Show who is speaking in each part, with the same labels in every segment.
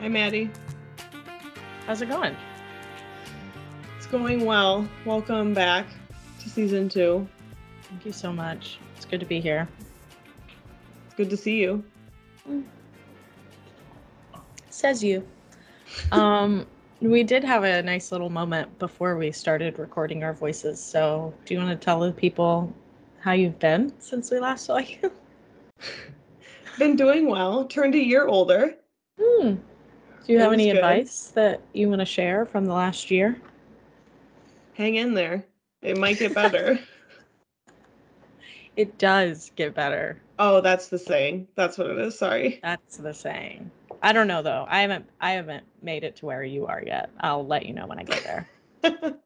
Speaker 1: Hi, Maddie. How's it going? It's going well. Welcome back to season two.
Speaker 2: Thank you so much. It's good to be here.
Speaker 1: It's good to see you.
Speaker 2: Says you. Um, we did have a nice little moment before we started recording our voices. So, do you want to tell the people how you've been since we last saw you?
Speaker 1: Been doing well. Turned a year older.
Speaker 2: Hmm. Do you
Speaker 1: That
Speaker 2: have
Speaker 1: was
Speaker 2: any
Speaker 1: good.
Speaker 2: advice that you want to share from the last year?
Speaker 1: Hang in there. It might get better.
Speaker 2: It does get better.
Speaker 1: oh, that's the saying. That's what it is. Sorry.
Speaker 2: That's the saying. I don't know though. I haven't I haven't made it to where you are yet. I'll let you know when I get there.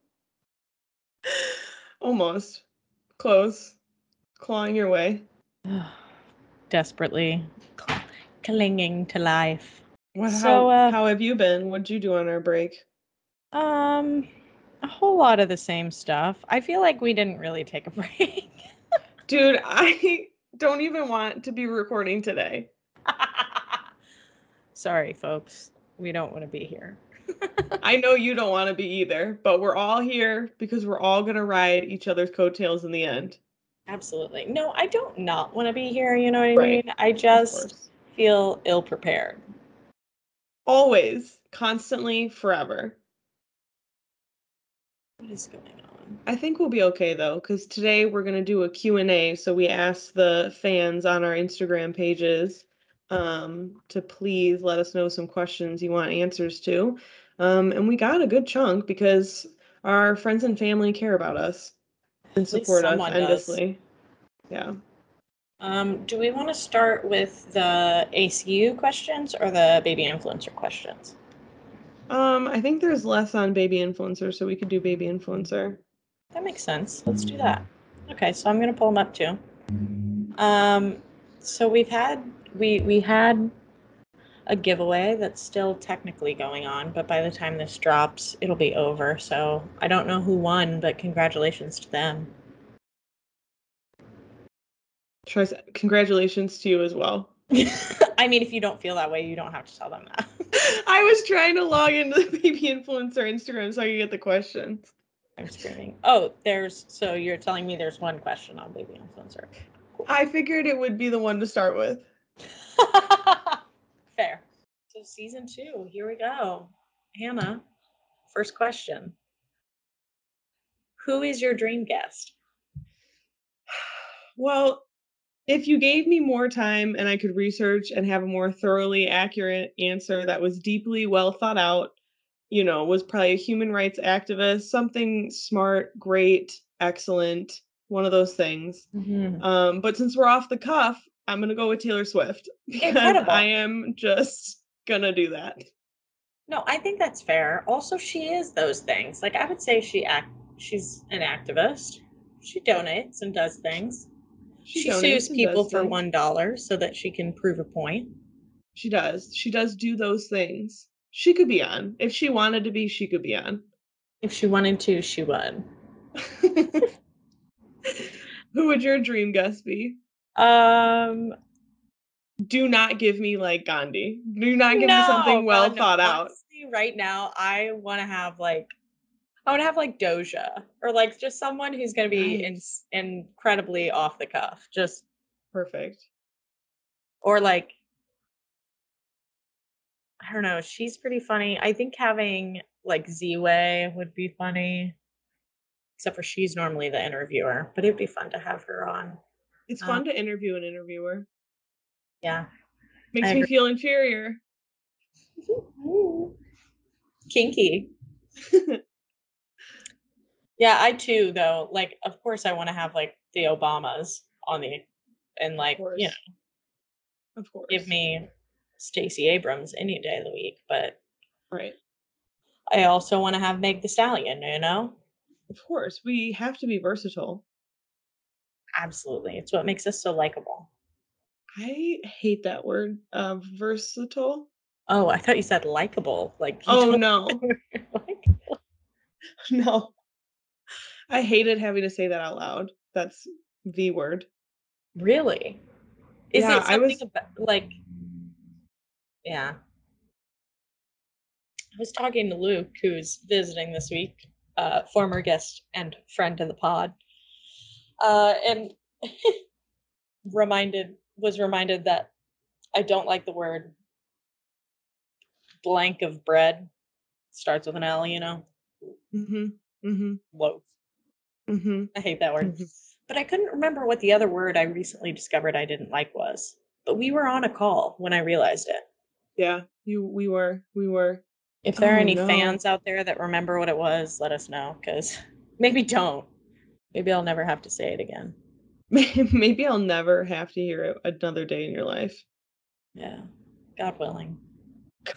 Speaker 1: Almost. Close. Clawing your way.
Speaker 2: Desperately cl- clinging to life.
Speaker 1: What, how,
Speaker 2: So, uh,
Speaker 1: how have you been? What'd you do on our break?
Speaker 2: Um, a whole lot of the same stuff. I feel like we didn't really take a break.
Speaker 1: Dude, I don't even want to be recording today.
Speaker 2: Sorry, folks. We don't want to be here.
Speaker 1: I know you don't want to be either, but we're all here because we're all going to ride each other's coattails in the end.
Speaker 2: Absolutely. No, I don't not want to be here. You know what I
Speaker 1: Right.
Speaker 2: mean? I
Speaker 1: of
Speaker 2: just
Speaker 1: course.
Speaker 2: feel ill prepared.
Speaker 1: Always, constantly, forever.
Speaker 2: What is going on?
Speaker 1: I think we'll be okay though cuz today we're going to do a Q&A, so we asked the fans on our Instagram pages um to please let us know some questions you want answers to. Um and we got a good chunk because our friends and family care about us and
Speaker 2: At least
Speaker 1: support us
Speaker 2: someone does.
Speaker 1: endlessly. Yeah.
Speaker 2: Um, do we want to start with the ACU questions or the baby influencer questions?
Speaker 1: Um, I think there's less on baby influencer, so we could do baby influencer.
Speaker 2: That makes sense. Let's do that. Okay, so I'm gonna pull them up too. Um, so we've had we we had a giveaway that's still technically going on, but by the time this drops, it'll be over. So I don't know who won, but congratulations to them.
Speaker 1: Tris, congratulations to you as well.
Speaker 2: I mean, if you don't feel that way, you don't have to tell them that.
Speaker 1: I was trying to log into the baby influencer Instagram so I could get the questions.
Speaker 2: I'm screaming. Oh, there's so you're telling me there's one question on baby influencer.
Speaker 1: I figured it would be the one to start with.
Speaker 2: Fair. So season two, here we go. Hannah, first question. Who is your dream guest?
Speaker 1: Well, if you gave me more time and I could research and have a more thoroughly accurate answer that was deeply well thought out, you know, was probably a human rights activist, something smart, great, excellent, one of those things. Um, but since we're off the cuff, I'm gonna go with Taylor Swift because
Speaker 2: Incredible.
Speaker 1: I am just gonna do that.
Speaker 2: No, I think that's fair. Also, she is those things. Like I would say she act she's an activist. She donates and does things. She,
Speaker 1: donates
Speaker 2: sues
Speaker 1: and
Speaker 2: people
Speaker 1: does
Speaker 2: for
Speaker 1: things.
Speaker 2: one dollar so that she can prove a point.
Speaker 1: She does. She does do those things. She could be on if she wanted to be. She could be on.
Speaker 2: If she wanted to, she would.
Speaker 1: Who would your dream guest be?
Speaker 2: Um
Speaker 1: Do not give me like Gandhi. Do not give me something
Speaker 2: No,
Speaker 1: well
Speaker 2: God, no.
Speaker 1: thought out.
Speaker 2: Honestly, right now, I want to have like, I want to have like Doja or like just someone who's going to be in, incredibly off the cuff, just
Speaker 1: Perfect.
Speaker 2: or like, I don't know. She's pretty funny. I think having like Z Way would be funny, except for she's normally the interviewer, but it'd be fun to have her on.
Speaker 1: It's
Speaker 2: Uh,
Speaker 1: fun to interview an interviewer.
Speaker 2: Yeah.
Speaker 1: Makes me
Speaker 2: agree.
Speaker 1: feel inferior.
Speaker 2: Kinky. yeah, I too though. Like, of course, I want to have like the Obamas on the, and like you know,
Speaker 1: Of course.
Speaker 2: give me Stacey Abrams any day of the week. But
Speaker 1: right.
Speaker 2: I also want to have Meg the Stallion. You know,
Speaker 1: Of course. We have to be versatile.
Speaker 2: absolutely, it's what makes us so likable.
Speaker 1: I hate that word. Uh, versatile.
Speaker 2: Oh, I thought you said likable. Like, you
Speaker 1: Oh
Speaker 2: don't
Speaker 1: no,
Speaker 2: like-
Speaker 1: no. I hated having to say that out loud. That's the word.
Speaker 2: really? Is
Speaker 1: Yeah,
Speaker 2: it
Speaker 1: I
Speaker 2: something
Speaker 1: was-
Speaker 2: about, like? Yeah. I was talking to Luke, who's visiting this week, uh, former guest and friend of the pod, uh, and reminded was reminded that I don't like the word blank of bread. Starts with an L, you know.
Speaker 1: Mm-hmm. Mm-hmm.
Speaker 2: Loaf.
Speaker 1: Mm-hmm.
Speaker 2: I hate that word.
Speaker 1: Mhm.
Speaker 2: But I couldn't remember what the other word I recently discovered I didn't like was. But we were on a call when I realized it.
Speaker 1: Yeah. You. We were. We were.
Speaker 2: If there are
Speaker 1: Oh,
Speaker 2: any
Speaker 1: no.
Speaker 2: fans out there that remember what it was, let us know because maybe don't. Maybe I'll never have to say it again.
Speaker 1: Maybe I'll never have to hear it another day in your life.
Speaker 2: Yeah. God willing.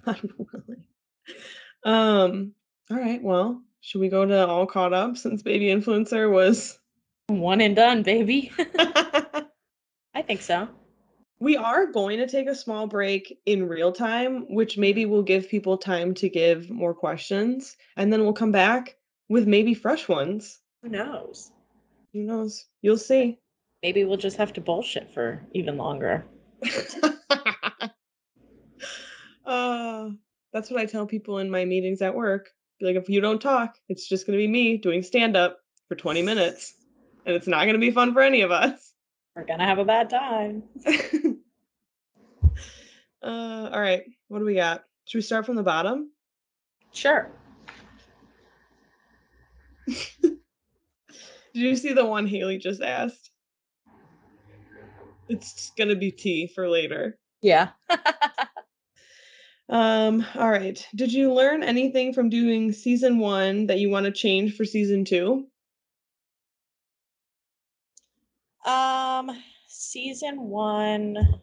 Speaker 1: God willing. Um. All right. Well, should we go to all caught up since baby influencer was?
Speaker 2: One and done, baby. I think so.
Speaker 1: we are going to take a small break in real time, which maybe will give people time to give more questions, and then we'll come back with maybe fresh ones.
Speaker 2: Who knows?
Speaker 1: Who knows? You'll see.
Speaker 2: Maybe we'll just have to bullshit for even longer.
Speaker 1: uh, that's what I tell people in my meetings at work. Be Like, if you don't talk, it's just going to be me doing stand up for 20 minutes, and it's not going to be fun for any of us.
Speaker 2: We're going to have a bad time.
Speaker 1: Uh, all right, what do we got? Should we start from the bottom?
Speaker 2: Sure.
Speaker 1: Did you see the one Haley just asked? It's gonna be tea for later.
Speaker 2: Yeah.
Speaker 1: Um, all right. Did you learn anything from doing season one that you want to change for season two?
Speaker 2: Um, season one,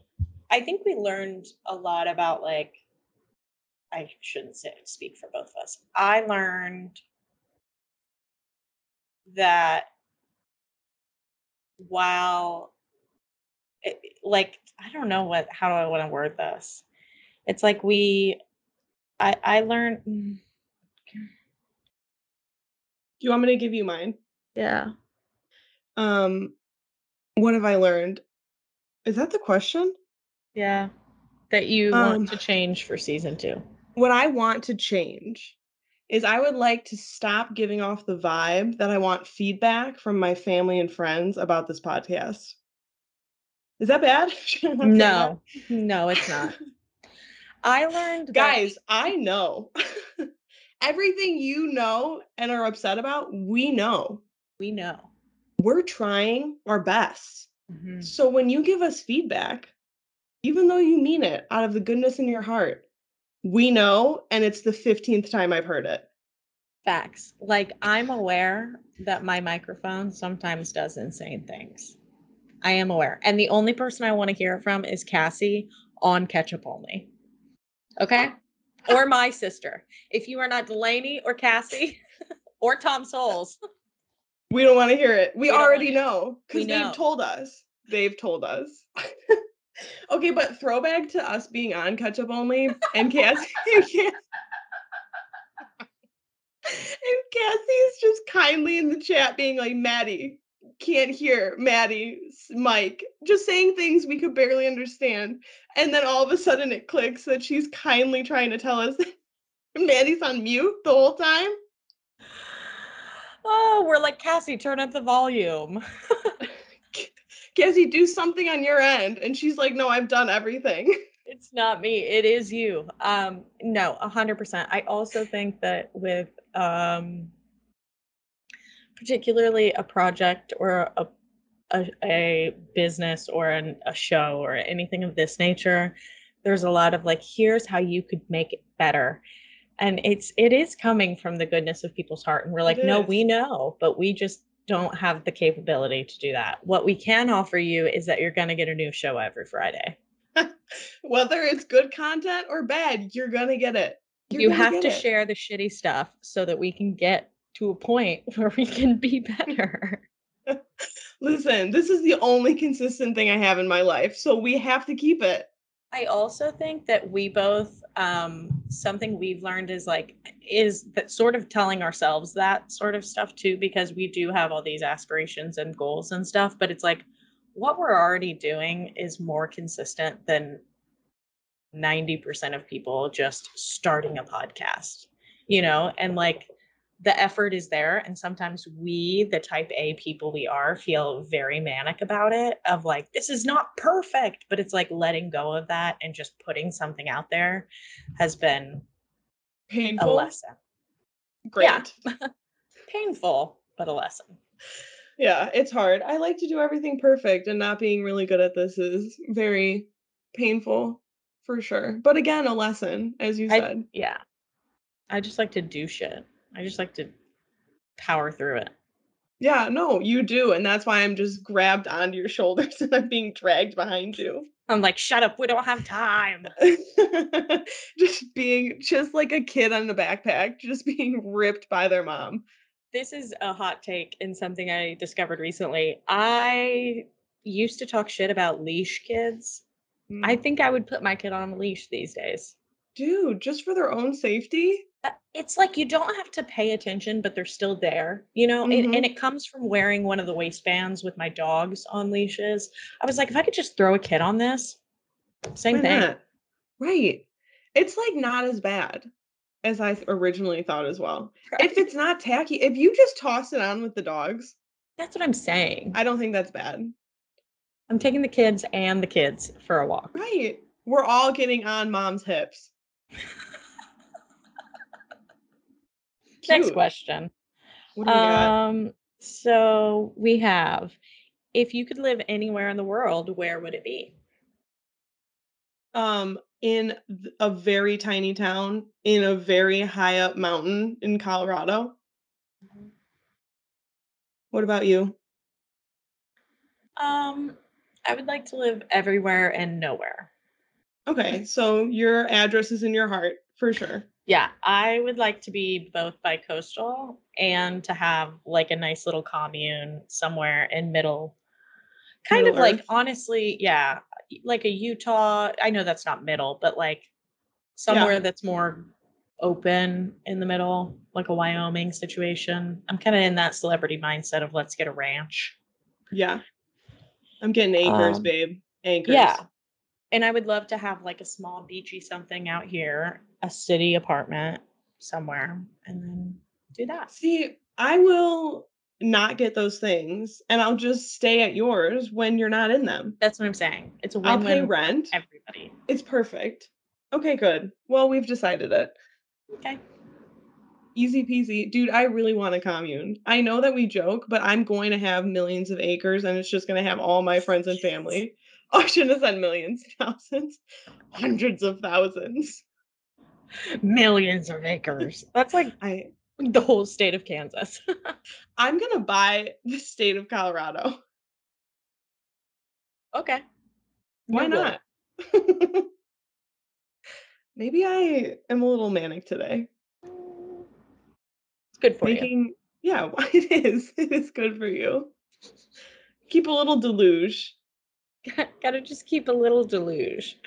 Speaker 2: I think we learned a lot about like. I shouldn't say speak for both of us. I learned that while, it, like, I don't know what how do I want to word this. It's like we, I I learned. mm,
Speaker 1: Do you want me to give you mine?
Speaker 2: Yeah.
Speaker 1: Um, what have I learned? Is that the question?
Speaker 2: Yeah. That you
Speaker 1: Um,
Speaker 2: want to change for season two.
Speaker 1: What I want to change is I would like to stop giving off the vibe that I want feedback from my family and friends about this podcast. Is that bad? Should I not say that?
Speaker 2: No, no, it's not. I learned that-
Speaker 1: guys i know everything you know and are upset about we know
Speaker 2: we know.
Speaker 1: we're trying our best
Speaker 2: Mm-hmm. Mm.
Speaker 1: so when you give us feedback even though you mean it out of the goodness in your heart we know and it's the 15th time i've heard it
Speaker 2: Facts. Like I'm aware that my microphone sometimes does insane things. I am aware. And the only person I want to hear it from is Cassie on ketchup only. Okay? Or my sister. If you are not Delaney or Cassie or Tom Souls,
Speaker 1: we don't want to hear it we,
Speaker 2: We don't wanna
Speaker 1: already
Speaker 2: hear it.
Speaker 1: know
Speaker 2: We
Speaker 1: because
Speaker 2: know.
Speaker 1: they've told us they've told us okay but throwback to us being on ketchup only and cassie and Cassie- And Cassie's just kindly in the chat being like, Maddie, can't hear Maddie, s- Mike, just saying things we could barely understand. And then all of a sudden it clicks that she's kindly trying to tell us Maddie's on mute the whole time.
Speaker 2: oh, we're like, Cassie, turn up the volume.
Speaker 1: Cassie, do something on your end. And she's like, No, I've done everything.
Speaker 2: It's not me. It is you. Um, no, a hundred percent. I also think that with um, particularly a project or a a, a business or an, a show or anything of this nature, there's a lot of like, here's how you could make it better, and it's it is coming from the goodness of people's heart, and we're like,
Speaker 1: It
Speaker 2: no,
Speaker 1: is.
Speaker 2: we know, but we just don't have the capability to do that. What we can offer you is that you're going to get a new show every Friday.
Speaker 1: Whether it's good content or bad, you're going to get it. You're
Speaker 2: you
Speaker 1: gonna
Speaker 2: have
Speaker 1: get
Speaker 2: to
Speaker 1: it.
Speaker 2: share the shitty stuff so that we can get to a point where we can be better.
Speaker 1: Listen, this is the only consistent thing I have in my life. So we have to keep it.
Speaker 2: I also think that we both um something we've learned is like is that sort of telling ourselves that sort of stuff too because we do have all these aspirations and goals and stuff but it's like what we're already doing is more consistent than 90% of people just starting a podcast, you know, and like the effort is there. And sometimes we, the type A people we are, feel very manic about it of like, this is not perfect. But it's like letting go of that and just putting something out there has been a
Speaker 1: Painful.
Speaker 2: lesson.
Speaker 1: Great.
Speaker 2: Yeah. Painful, but a lesson.
Speaker 1: yeah, it's hard. I like to do everything perfect, and not being really good at this is very painful for sure. But again, a lesson, as you
Speaker 2: I-
Speaker 1: said.
Speaker 2: Yeah. I just like to do shit. I just like to power through it.
Speaker 1: Yeah, no, you do. And that's why I'm just grabbed onto your shoulders and I'm being dragged behind you.
Speaker 2: I'm like, shut up. We don't have time.
Speaker 1: just being, just like a kid on a backpack, just being ripped by their mom.
Speaker 2: this is a hot take and something I discovered recently. I used to talk shit about leash kids. I
Speaker 1: Mm-hmm.
Speaker 2: think I would put my kid on a leash these days.
Speaker 1: Mm, Dude, just for their own safety?
Speaker 2: Uh, It's like you don't have to pay attention, but they're still there, you know? And,
Speaker 1: Mm-hmm.
Speaker 2: and it comes from wearing one of the waistbands with my dogs on leashes. I was like, if I could just throw a kid on this, same
Speaker 1: Why
Speaker 2: thing.
Speaker 1: not? Right. It's like not as bad as I th- originally thought as well. If it's not tacky, if you just toss it on with the dogs,
Speaker 2: That's what I'm saying.
Speaker 1: I don't think that's bad.
Speaker 2: I'm taking the kids and the kids for a walk.
Speaker 1: Right. We're all getting on mom's hips.
Speaker 2: Next
Speaker 1: Cute.
Speaker 2: question.
Speaker 1: What do we got?
Speaker 2: Um, so we have if you could live anywhere in the world, where would it be?
Speaker 1: um in th- a very tiny town in a very high up mountain in Colorado. What about you?
Speaker 2: Um, I would like to live everywhere and nowhere.
Speaker 1: Okay, so your address is in your heart for sure.
Speaker 2: Yeah, I would like to be both by coastal and to have like a nice little commune somewhere in middle kind
Speaker 1: Middle
Speaker 2: of like
Speaker 1: Earth.
Speaker 2: honestly, yeah, y- like a Utah. I know that's not middle, but like somewhere that's more open in the middle, like a Wyoming situation. I'm kind of in that celebrity mindset of let's get a ranch.
Speaker 1: Yeah. I'm getting anchors,
Speaker 2: Um,
Speaker 1: babe. Anchors.
Speaker 2: And I would love to have like a small beachy something out here, a city apartment somewhere, and then do that.
Speaker 1: See, I will not get those things and I'll just stay at yours when you're not in them.
Speaker 2: That's what I'm saying. It's a
Speaker 1: I'll
Speaker 2: win
Speaker 1: pay
Speaker 2: win for
Speaker 1: rent.
Speaker 2: everybody.
Speaker 1: It's perfect. Okay, good. Well, we've decided it.
Speaker 2: Okay.
Speaker 1: Easy peasy. Dude, I really want a commune. I know that we joke, but I'm going to have millions of acres and it's just going to have all my friends and family. Oh, I shouldn't have said millions, thousands, hundreds of thousands.
Speaker 2: Millions of acres. That's like
Speaker 1: I
Speaker 2: the whole state of Kansas.
Speaker 1: I'm going to buy the state of Colorado.
Speaker 2: okay.
Speaker 1: Why
Speaker 2: You're good.
Speaker 1: not? Maybe I am a little manic today.
Speaker 2: It's good for you.
Speaker 1: Making yeah, it is. It is good for you. Keep a little deluge.
Speaker 2: Gotta just keep a little deluge.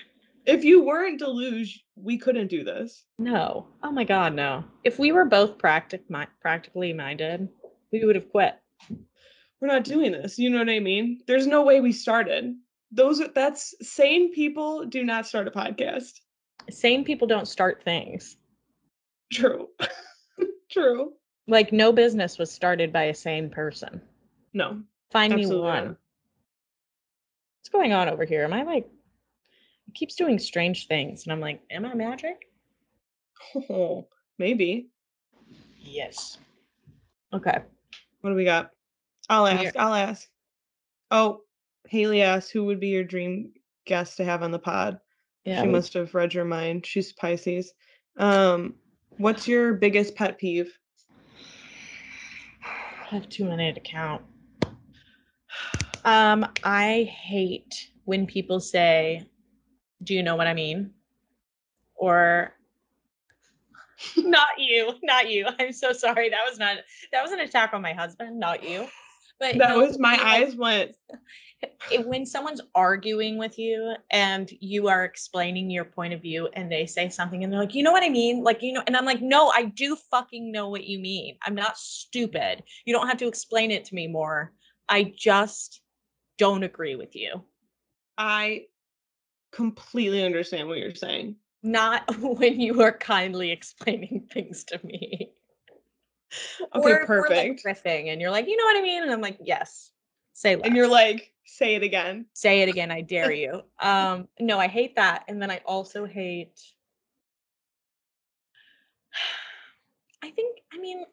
Speaker 1: If you weren't deluge, we couldn't do this.
Speaker 2: No. Oh my God, no. If we were both practic- mi- practically minded, we would have quit.
Speaker 1: we're not doing this. You know what I mean? There's no way we started. Those are that's sane people do not start a podcast.
Speaker 2: Sane people don't start things.
Speaker 1: True. True.
Speaker 2: Like, no business was started by a sane person.
Speaker 1: No.
Speaker 2: Find me
Speaker 1: Absolutely
Speaker 2: one.
Speaker 1: not.
Speaker 2: What's going on over here? Am I like, it keeps doing strange things. And I'm like, am I magic?
Speaker 1: Oh, maybe.
Speaker 2: Yes. Okay.
Speaker 1: What do we got? I'll
Speaker 2: We are-
Speaker 1: ask. I'll ask. Oh, Haley asked who would be your dream guest to have on the pod.
Speaker 2: Yeah.
Speaker 1: she
Speaker 2: we-
Speaker 1: must have read your mind. She's Pisces. Um, what's your biggest pet peeve?
Speaker 2: I have too many to count. Um, I hate when people say, "Do you know what I mean?" Or not you, not you. I'm so sorry. That was not that was an attack on my husband, not you. But
Speaker 1: That
Speaker 2: he'll
Speaker 1: was my
Speaker 2: be like-
Speaker 1: eyes went.
Speaker 2: it- when someone's arguing with you and you are explaining your point of view and they say something and they're like, you know what I mean? Like, you know, and I'm like, no, I do fucking know what you mean. I'm not stupid. You don't have to explain it to me more. I just don't agree with you.
Speaker 1: I completely understand what you're saying.
Speaker 2: Not when you are kindly explaining things to me.
Speaker 1: Okay,
Speaker 2: Or if we're, like,
Speaker 1: perfect.
Speaker 2: riffing, and you're like, you know what I mean, and I'm like, yes, say less.
Speaker 1: And you're like, say it again.
Speaker 2: say it again i dare you um no i hate that and then i also hate i think i mean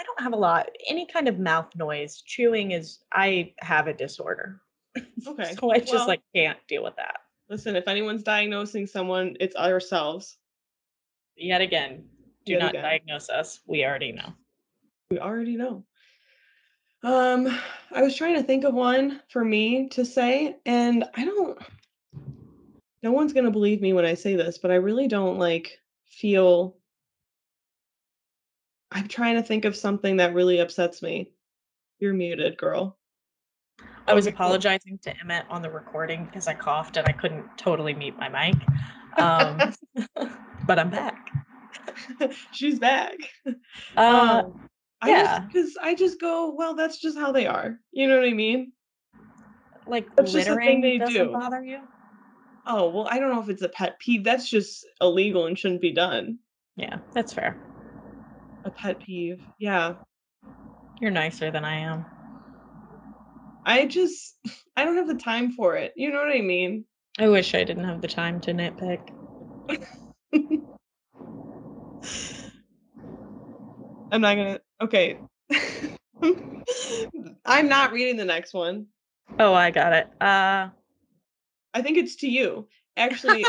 Speaker 2: i don't have a lot any kind of mouth noise chewing is i have a disorder
Speaker 1: Okay.
Speaker 2: so i just
Speaker 1: well,
Speaker 2: like can't deal with that
Speaker 1: listen, if anyone's diagnosing someone, it's ourselves.
Speaker 2: yet again do
Speaker 1: Yet
Speaker 2: not
Speaker 1: again.
Speaker 2: diagnose us we already know
Speaker 1: We already know. Um, I was trying to think of one for me to say, and I don't no one's gonna believe me when I say this, but I really don't like feel I'm trying to think of something that really upsets me. You're muted, girl.
Speaker 2: i was
Speaker 1: Okay, cool.
Speaker 2: apologizing to emmett on the recording because i coughed and i couldn't totally mute my mic um, but i'm back
Speaker 1: She's back.
Speaker 2: Uh,
Speaker 1: um, I
Speaker 2: yeah.
Speaker 1: just because I just go, well, that's just how they are. You know what I mean?
Speaker 2: like
Speaker 1: that's just a
Speaker 2: littering
Speaker 1: thing they
Speaker 2: doesn't
Speaker 1: do.
Speaker 2: bother you.
Speaker 1: Oh, well, I don't know if it's a pet peeve. That's just illegal and shouldn't be done.
Speaker 2: Yeah, that's fair.
Speaker 1: A pet peeve. Yeah.
Speaker 2: You're nicer than I am.
Speaker 1: I just I don't have the time for it. You know what I mean?
Speaker 2: I wish I didn't have the time to nitpick.
Speaker 1: I'm not gonna okay. I'm not reading the next one.
Speaker 2: Oh, I got it. Uh,
Speaker 1: I think it's to you. Actually,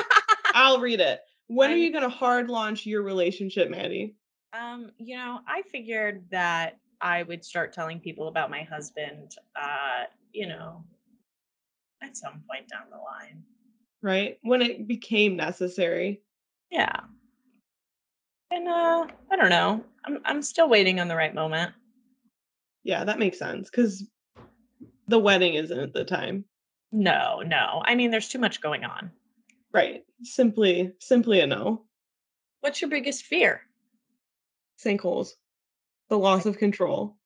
Speaker 1: I'll read it. When are
Speaker 2: I'm-
Speaker 1: you gonna hard launch your relationship, Maddie?
Speaker 2: um, you know, I figured that I would start telling people about my husband. Uh, you know, at some point down the line.
Speaker 1: Right? When it became necessary.
Speaker 2: Yeah, and uh, I don't know. I'm I'm still waiting on the right moment.
Speaker 1: Yeah, that makes sense. Cause the wedding isn't the time.
Speaker 2: No, no. I mean, there's too much going on.
Speaker 1: Right. Simply simply a no.
Speaker 2: What's your biggest fear?
Speaker 1: Sinkholes. The loss of control.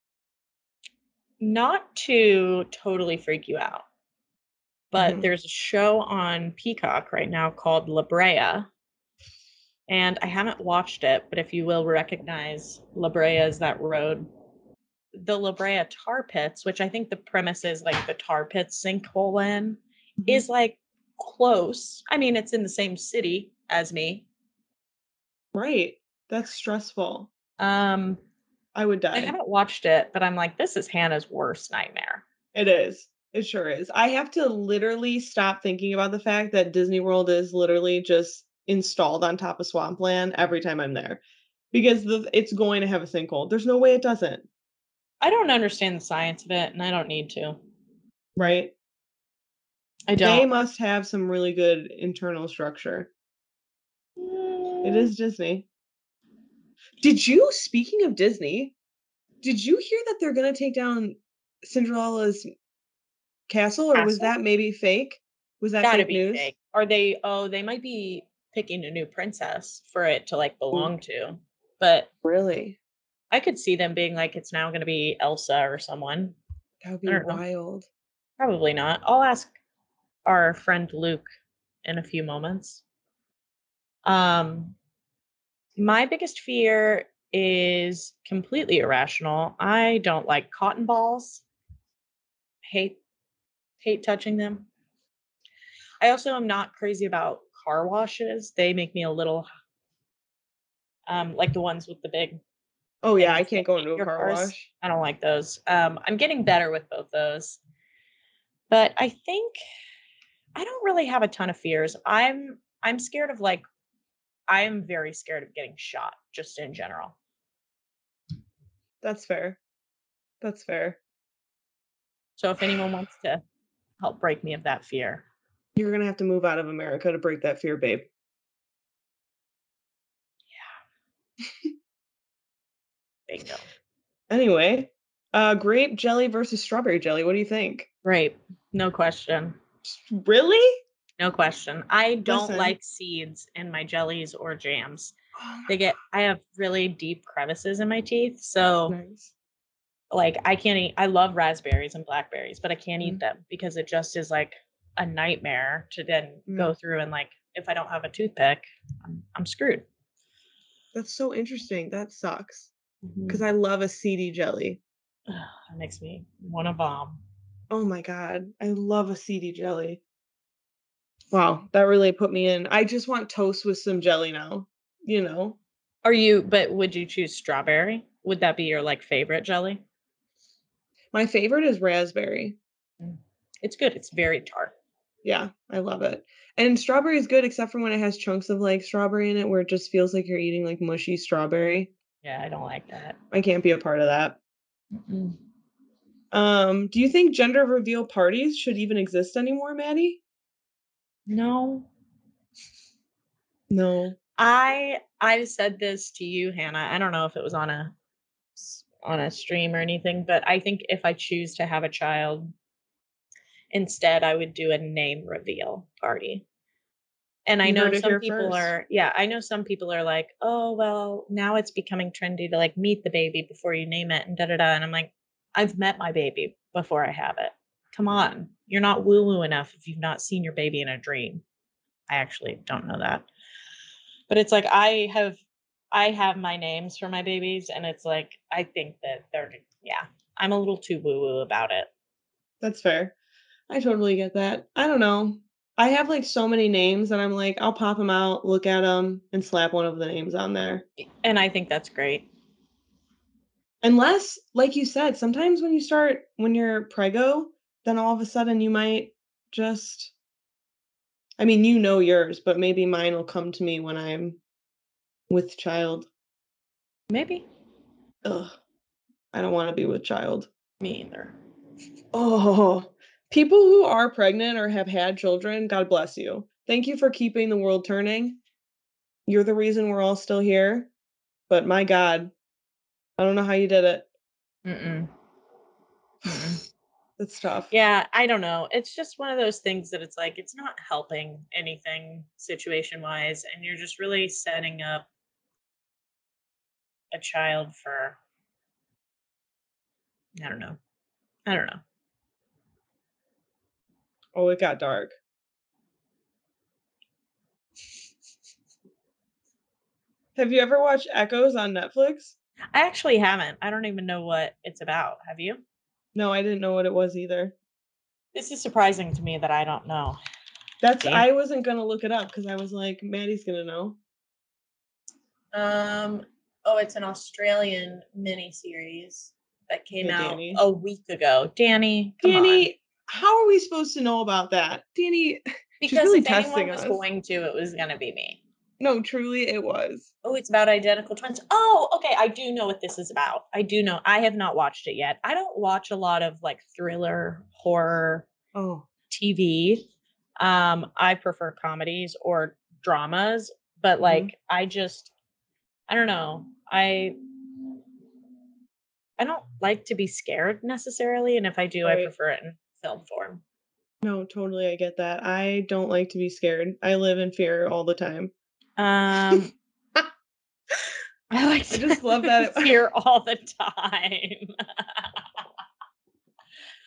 Speaker 2: not to totally freak you out, but
Speaker 1: Mhm.
Speaker 2: there's a show on Peacock right now called La Brea. And I haven't watched it, but if you will recognize La Brea is that road. The La Brea tar pits, which I think the premise is like the tar pits sinkhole in, is like close. I mean, it's in the same city as me.
Speaker 1: Right. That's stressful.
Speaker 2: Um,
Speaker 1: I would
Speaker 2: I
Speaker 1: die.
Speaker 2: haven't watched it, but I'm like, this is Hannah's worst nightmare.
Speaker 1: It is. It sure is. I have to literally stop thinking about the fact that Disney World is literally just installed on top of swampland every time I'm there because the, it's going to have a sinkhole. There's no way it doesn't,
Speaker 2: I don't understand the science of it, and I don't need to.
Speaker 1: right?
Speaker 2: I don't.
Speaker 1: They must have some really good internal structure.
Speaker 2: It
Speaker 1: It is Disney. Did you, speaking of Disney, did you hear that they're going to take down Cinderella's castle or was
Speaker 2: Castle?
Speaker 1: that maybe fake? Was that
Speaker 2: gotta
Speaker 1: fake
Speaker 2: be
Speaker 1: news?
Speaker 2: fake. Are they? Oh, they might be picking a new princess for it to like belong to. But
Speaker 1: Really?
Speaker 2: I could see them being like, it's now gonna be Elsa or someone.
Speaker 1: That would be
Speaker 2: don't know.
Speaker 1: wild.
Speaker 2: Probably not. I'll ask our friend Luke in a few moments. Um, my biggest fear is completely irrational. I don't like cotton balls. Hate hate touching them. I also am not crazy about car washes. They make me a little um like the ones with the big
Speaker 1: Oh yeah,
Speaker 2: things
Speaker 1: I
Speaker 2: that
Speaker 1: can't go
Speaker 2: hit
Speaker 1: into a
Speaker 2: your
Speaker 1: car
Speaker 2: cars.
Speaker 1: wash.
Speaker 2: I don't like those. Um I'm getting better with both those. But I think I don't really have a ton of fears. I'm I'm scared of like I am very scared of getting shot just in general.
Speaker 1: That's fair. That's fair.
Speaker 2: So if anyone wants to help break me of that fear,
Speaker 1: You're gonna have to move out of America to break that fear, babe.
Speaker 2: bingo.
Speaker 1: Anyway, uh, grape jelly versus strawberry jelly. What do you think?
Speaker 2: Right. No question.
Speaker 1: Really?
Speaker 2: No question. I don't
Speaker 1: Listen.
Speaker 2: like seeds in my jellies or jams.
Speaker 1: Oh
Speaker 2: They get I have really deep crevices in my teeth, so
Speaker 1: nice.
Speaker 2: like I can't eat I love raspberries and blackberries, but I can't eat them because it just is like a nightmare to then
Speaker 1: Mm.
Speaker 2: go through and like if I don't have a toothpick, I'm, I'm screwed.
Speaker 1: That's so interesting. That sucks because I love a seedy jelly.
Speaker 2: That makes me want to bomb.
Speaker 1: Oh my god, I love a seedy jelly. Wow, that really put me in. I just want toast with some jelly now. You know,
Speaker 2: Are you? But would you choose strawberry? Would that be your like favorite jelly?
Speaker 1: my favorite is raspberry.
Speaker 2: It's good. It's very tart.
Speaker 1: Yeah, I love it. And strawberry is good except for when it has chunks of like strawberry in it where it just feels like you're eating like mushy strawberry.
Speaker 2: Yeah, I don't like that.
Speaker 1: I can't be a part of that. Um, do you think gender reveal parties should even exist anymore, Maddie?
Speaker 2: No,
Speaker 1: No.
Speaker 2: I I said this to you, Hannah. I don't know if it was on a s- on a stream or anything, but I think if I choose to have a child, instead I would do a name reveal party. And I
Speaker 1: You
Speaker 2: know
Speaker 1: heard it
Speaker 2: some
Speaker 1: here
Speaker 2: people
Speaker 1: first.
Speaker 2: are yeah, I know some people are like, "Oh, well, now it's becoming trendy to like meet the baby before you name it and da da da." And I'm like, "I've met my baby before I have it. Come on. You're not woo-woo enough if you've not seen your baby in a dream." I actually don't know that. But it's like I have I have my names for my babies and it's like I think that they're yeah, I'm a little too woo-woo about it.
Speaker 1: That's fair. I totally get that. I don't know. I have like so many names and I'm like, I'll pop them out, look at them, and slap one of the names on there.
Speaker 2: And I think that's great.
Speaker 1: Unless, like you said, sometimes when you start, when you're preggo, then all of a sudden you might just, I mean, you know yours, but maybe mine will come to me when I'm with child.
Speaker 2: Maybe
Speaker 1: Ugh, I don't want to be with child.
Speaker 2: me either.
Speaker 1: Oh, people who are pregnant or have had children, God bless you. Thank you for keeping the world turning. You're the reason we're all still here. But my God, I don't know how you did it.
Speaker 2: Mm-mm. Mm-mm.
Speaker 1: It's tough.
Speaker 2: Yeah, I don't know. It's just one of those things that it's like it's not helping anything situation wise, and you're just really setting up a child for I don't know. I don't know.
Speaker 1: Oh, it got dark. Have you ever watched Echoes on Netflix?
Speaker 2: I actually haven't. I don't even know what it's about. Have you?
Speaker 1: No, I didn't know what it was either.
Speaker 2: This is surprising to me that I don't know.
Speaker 1: That's
Speaker 2: Damn.
Speaker 1: I wasn't gonna look it up because I was like, Maddie's gonna know.
Speaker 2: Um, oh, it's an Australian miniseries that came
Speaker 1: Hey,
Speaker 2: out
Speaker 1: Danny.
Speaker 2: a week ago. Danny, come on.
Speaker 1: Danny, how are we supposed to know about that? Danny, she's
Speaker 2: because
Speaker 1: really
Speaker 2: if anyone
Speaker 1: testing
Speaker 2: was
Speaker 1: us.
Speaker 2: going to, it was going to be me.
Speaker 1: no, truly it was.
Speaker 2: Oh, it's about identical twins. Oh, okay. I do know what this is about. I do know. I have not watched it yet. I don't watch a lot of like thriller, horror,
Speaker 1: Oh,
Speaker 2: TV. Um, I prefer comedies or dramas, but
Speaker 1: Mhm.
Speaker 2: like I just I don't know. I I don't like to be scared necessarily, and if I do, I
Speaker 1: Right.
Speaker 2: prefer it in film form.
Speaker 1: no, totally. I get that. I don't like to be scared. I live in fear all the time.
Speaker 2: Um I like
Speaker 1: I just love that it-
Speaker 2: here all the time.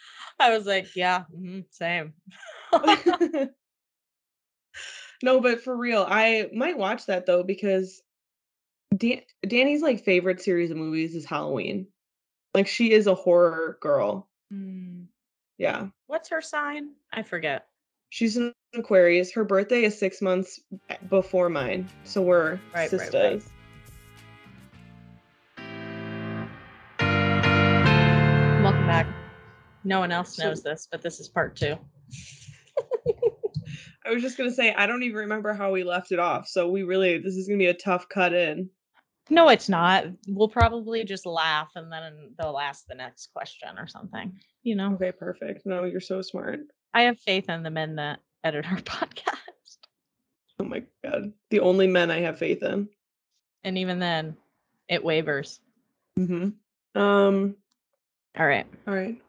Speaker 2: I was like, yeah, mhm, same.
Speaker 1: no, but for real, I might watch that though because Dan- Danny's like favorite series of movies is Halloween. Like she is a horror girl. Mm. Yeah.
Speaker 2: What's her sign? I forget.
Speaker 1: She's an Aquarius. Her birthday is six months a- before mine, so we're
Speaker 2: right, right.
Speaker 1: sisters.
Speaker 2: Welcome back. No one else
Speaker 1: So-
Speaker 2: knows this, but this is part two.
Speaker 1: I was just gonna say I don't even remember how we left it off, so we really this is gonna be a tough cut in.
Speaker 2: No, it's not. We'll probably just laugh and then they'll ask the next question or something. You know,
Speaker 1: Okay, perfect. No, you're so smart.
Speaker 2: I have faith in the men that edit our podcast.
Speaker 1: Oh my god, the only men I have faith in.
Speaker 2: And even then, it wavers.
Speaker 1: Mm-hmm. Um.
Speaker 2: All right.
Speaker 1: All right.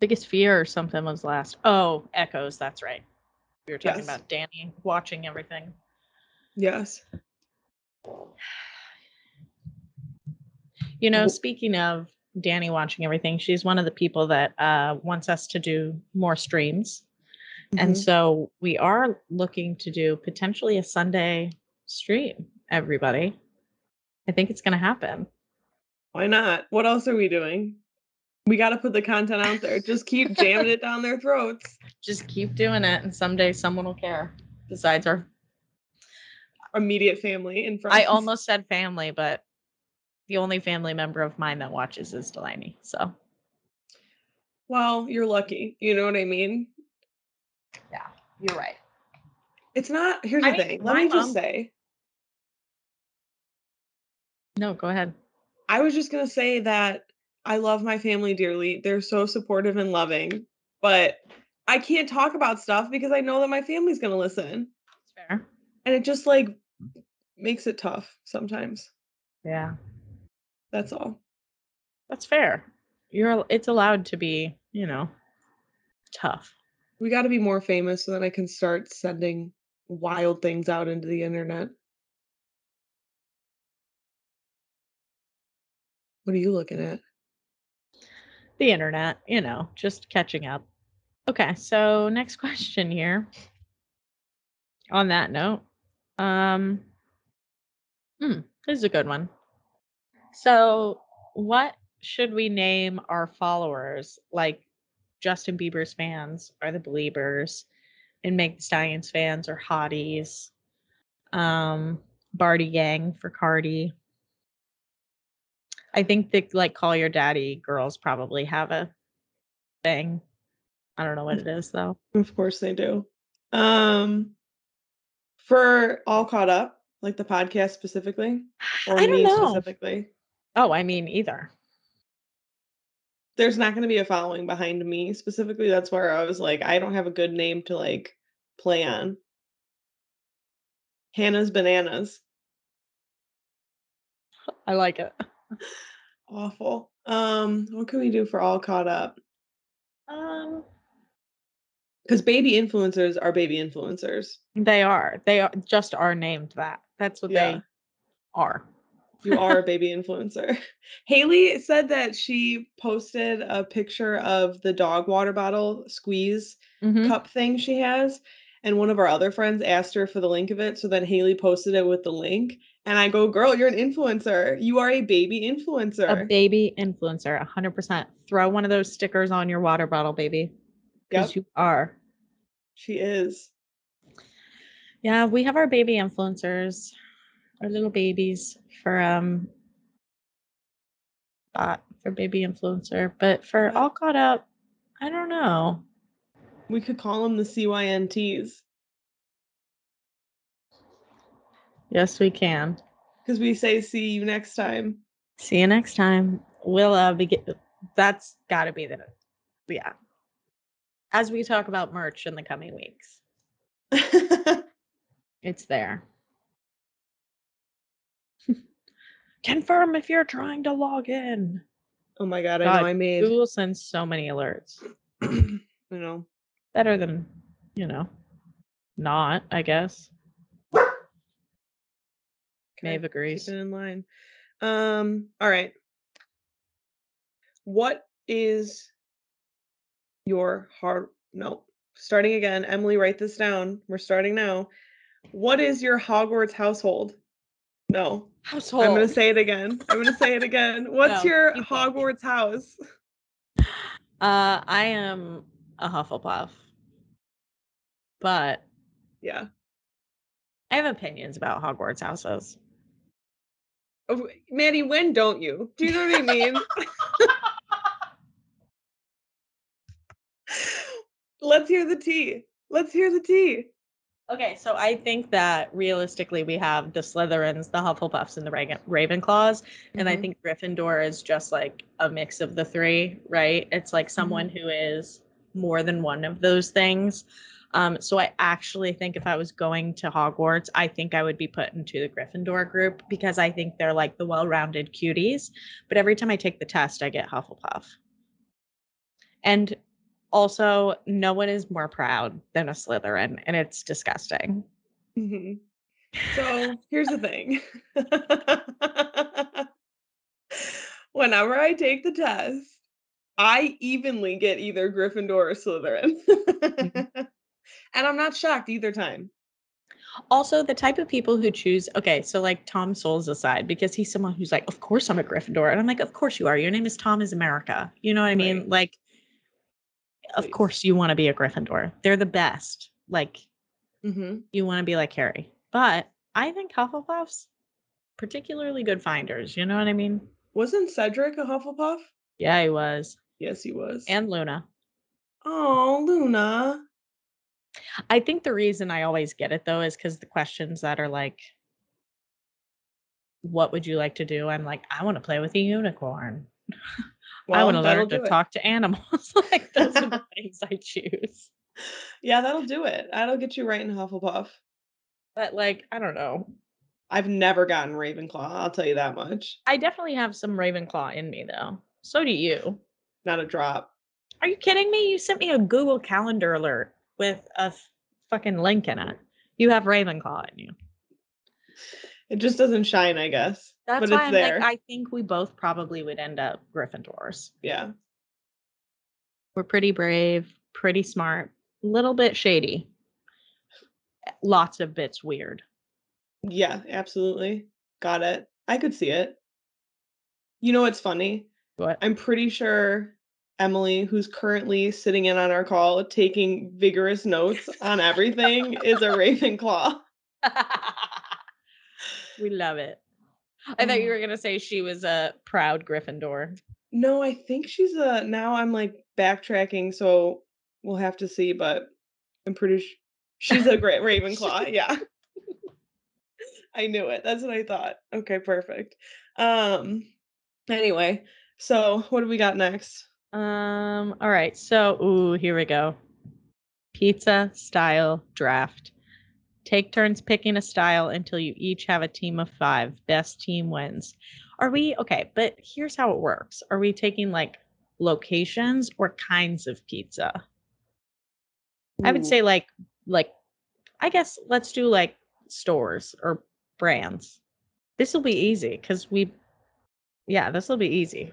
Speaker 2: Biggest fear or something was last. Oh, echoes. That's right. We were talking
Speaker 1: Yes.
Speaker 2: about Danny watching everything.
Speaker 1: Yes.
Speaker 2: You know,
Speaker 1: Wh-
Speaker 2: speaking of Danny watching everything, she's one of the people that uh, wants us to do more streams. And so we are looking to do potentially a Sunday stream, everybody. I think it's going to happen.
Speaker 1: Why not? What else are we doing? We got to put the content out there. Just keep jamming it down their throats.
Speaker 2: Just keep doing it, and someday someone will care besides our.
Speaker 1: Immediate family and friends.
Speaker 2: I almost said family, but the only family member of mine that watches is Delaney. So
Speaker 1: Well, you're lucky. You know what I mean?
Speaker 2: you're right.
Speaker 1: It's not. Here's
Speaker 2: I
Speaker 1: the
Speaker 2: mean,
Speaker 1: thing. Let
Speaker 2: my
Speaker 1: me just
Speaker 2: mom-
Speaker 1: say,
Speaker 2: No, go ahead.
Speaker 1: I was just gonna say that I love my family dearly. They're so supportive and loving, but I can't talk about stuff because I know that my family's gonna listen,
Speaker 2: It's fair.
Speaker 1: and it just like makes it tough sometimes.
Speaker 2: Yeah.
Speaker 1: That's all.
Speaker 2: That's fair. You're al- it's allowed to be, you know, tough.
Speaker 1: We got to be more famous so then I can start sending wild things out into the internet. What are you looking at?
Speaker 2: The internet, you know, just catching up. Okay, so next question here. On that note, um hmm, this is a good one. So, what should we name our followers like Justin Bieber's fans are the Beliebers and Meg the Stallions fans are hotties. Um Barty Gang for Cardi. I think the like call your daddy girls probably have a thing. I don't know what it is though.
Speaker 1: Of course they do. Um for all caught up, like the podcast specifically, or
Speaker 2: I don't
Speaker 1: me
Speaker 2: know.
Speaker 1: specifically.
Speaker 2: Oh, I mean either.
Speaker 1: There's not gonna be a following behind me specifically. That's where I was like, I don't have a good name to like play on. Hannah's bananas.
Speaker 2: I like it.
Speaker 1: Awful. Um, what can we do for all caught up?
Speaker 2: Um
Speaker 1: Because baby influencers are baby influencers.
Speaker 2: they are. They are just are named that. That's what
Speaker 1: Yeah.
Speaker 2: they are.
Speaker 1: You are a baby influencer. Haley said that she posted a picture of the dog water bottle squeeze
Speaker 2: Mhm.
Speaker 1: cup thing she has. And one of our other friends asked her for the link of it. So then Haley posted it with the link. And I go, girl, you're an influencer. You are a baby influencer.
Speaker 2: A baby influencer, 100%. Throw one of those stickers on your water bottle, baby. Because
Speaker 1: Yep.
Speaker 2: you are.
Speaker 1: she is.
Speaker 2: Yeah, we have our baby influencers, our little babies for um bot for baby influencer. But for
Speaker 1: Yeah.
Speaker 2: all caught up, I don't know.
Speaker 1: We could call them the CYNTs
Speaker 2: Yes, we can.
Speaker 1: because we say see you next time.
Speaker 2: See you next time. We'll uh begin that's gotta be the yeah. As we talk about merch in the coming weeks. It's there. Confirm if you're trying to log in.
Speaker 1: oh my God, I
Speaker 2: God,
Speaker 1: know I made,
Speaker 2: Google sends so many alerts.
Speaker 1: you know,
Speaker 2: Better than, you know, not, I guess.
Speaker 1: Okay,
Speaker 2: Maeve agrees.
Speaker 1: Keep it in line. Um, all right. What is your hard no. Starting again. Emily, write this down. We're starting now. What is your Hogwarts household? No.
Speaker 2: Household.
Speaker 1: I'm gonna say it again. I'm gonna say it again. What's
Speaker 2: Oh. No,
Speaker 1: your
Speaker 2: keep going.
Speaker 1: Hogwarts house?
Speaker 2: uh, I am a Hufflepuff, but
Speaker 1: Yeah.
Speaker 2: I have opinions about Hogwarts houses.
Speaker 1: Oh, w- Maddie, when don't you? Do you know what I mean? Let's hear the tea. Let's hear the tea.
Speaker 2: Okay, so I think that realistically we have the Slytherins, the Hufflepuffs, and the Raven- Ravenclaws, and I
Speaker 1: Mhm.
Speaker 2: think Gryffindor is just like a mix of the three, right? It's like someone who is more than one of those things. Um, so I actually think if I was going to Hogwarts, I think I would be put into the Gryffindor group because I think they're like the well-rounded cuties. But every time I take the test, I get Hufflepuff. And also, no one is more proud than a Slytherin, and it's disgusting.
Speaker 1: hmm So here's the thing. Whenever I take the
Speaker 2: Mm-hmm.
Speaker 1: test, I evenly get either Gryffindor or Slytherin. And I'm not shocked either time.
Speaker 2: Also, the type of people who choose, okay, so like Tom Souls aside, because he's someone who's like, of course I'm a Gryffindor. And I'm like, of course you are. Your name is Tom is America. You know what I mean?
Speaker 1: Right.
Speaker 2: Like, of
Speaker 1: Please.
Speaker 2: course you want to be a Gryffindor. They're the best. Like,
Speaker 1: Mm-hmm.
Speaker 2: you want to be like Harry. But I think Hufflepuff's particularly good finders. You know what I mean?
Speaker 1: Wasn't Cedric a Hufflepuff?
Speaker 2: Yeah, he was.
Speaker 1: Yes, he was.
Speaker 2: And Luna.
Speaker 1: oh, Luna.
Speaker 2: I think the reason I always get it though is because the questions that are like, what would you like to do? I'm like, I want to play with a unicorn. I
Speaker 1: Well,
Speaker 2: want to
Speaker 1: that'll
Speaker 2: learn to
Speaker 1: do it.
Speaker 2: talk to animals. like those are the things I choose.
Speaker 1: Yeah, that'll do it. That'll get you right in Hufflepuff.
Speaker 2: But like, I don't know.
Speaker 1: I've never gotten Ravenclaw. I'll tell you that much.
Speaker 2: I definitely have some Ravenclaw in me though. So do you.
Speaker 1: Not a drop.
Speaker 2: Are you kidding me? You sent me a Google Calendar alert with a f- fucking link in it. You have Ravenclaw in you.
Speaker 1: It just doesn't shine, I guess.
Speaker 2: That's
Speaker 1: but
Speaker 2: why
Speaker 1: it's
Speaker 2: I'm
Speaker 1: there.
Speaker 2: like, I think we both probably would end up Gryffindors.
Speaker 1: yeah.
Speaker 2: We're pretty brave, pretty smart, little bit shady. Lots of bits weird.
Speaker 1: Yeah, absolutely. Got it. I could see it. You know what's funny?
Speaker 2: What?
Speaker 1: I'm pretty sure Emily, who's currently sitting in on our call taking vigorous notes on everything, is a Ravenclaw.
Speaker 2: we love it. I thought you were gonna say she was a proud Gryffindor.
Speaker 1: No, I think she's a. Now I'm like backtracking, so we'll have to see, but I'm pretty sure she's a great Ravenclaw. Yeah. I knew it. That's what I thought. Okay, perfect. Um anyway, so what do we got next?
Speaker 2: Um. All right. So, ooh, here we go. Pizza style draft. Take turns picking a style until you each have a team of five. Best team wins. Are we okay? But here's how it works. Are we taking like locations or kinds of pizza? I would
Speaker 1: Ooh.
Speaker 2: say like like I guess let's do like stores or brands. This will be easy because we. Yeah, this will be easy.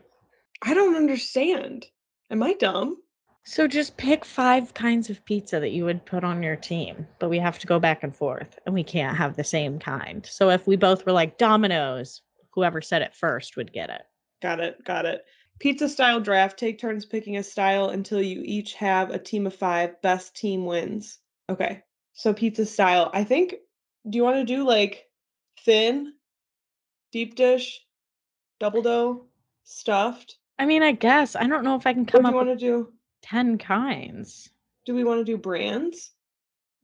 Speaker 1: I don't understand. Am I dumb?
Speaker 2: So just pick five kinds of pizza that you would put on your team, but we have to go back and forth and we can't have the same kind. So if we both were like Domino's, whoever said it first would get it.
Speaker 1: Got it. Got it. Pizza style draft. Take turns picking a style until you each have a team of five. Best team wins. Okay. So pizza style. I think. Do you want to do like thin, deep dish, double dough, stuffed?
Speaker 2: I mean, I guess I don't know if I can
Speaker 1: Or
Speaker 2: come
Speaker 1: do you
Speaker 2: up
Speaker 1: want
Speaker 2: with
Speaker 1: to do?
Speaker 2: 10 kinds.
Speaker 1: Do we want to do brands?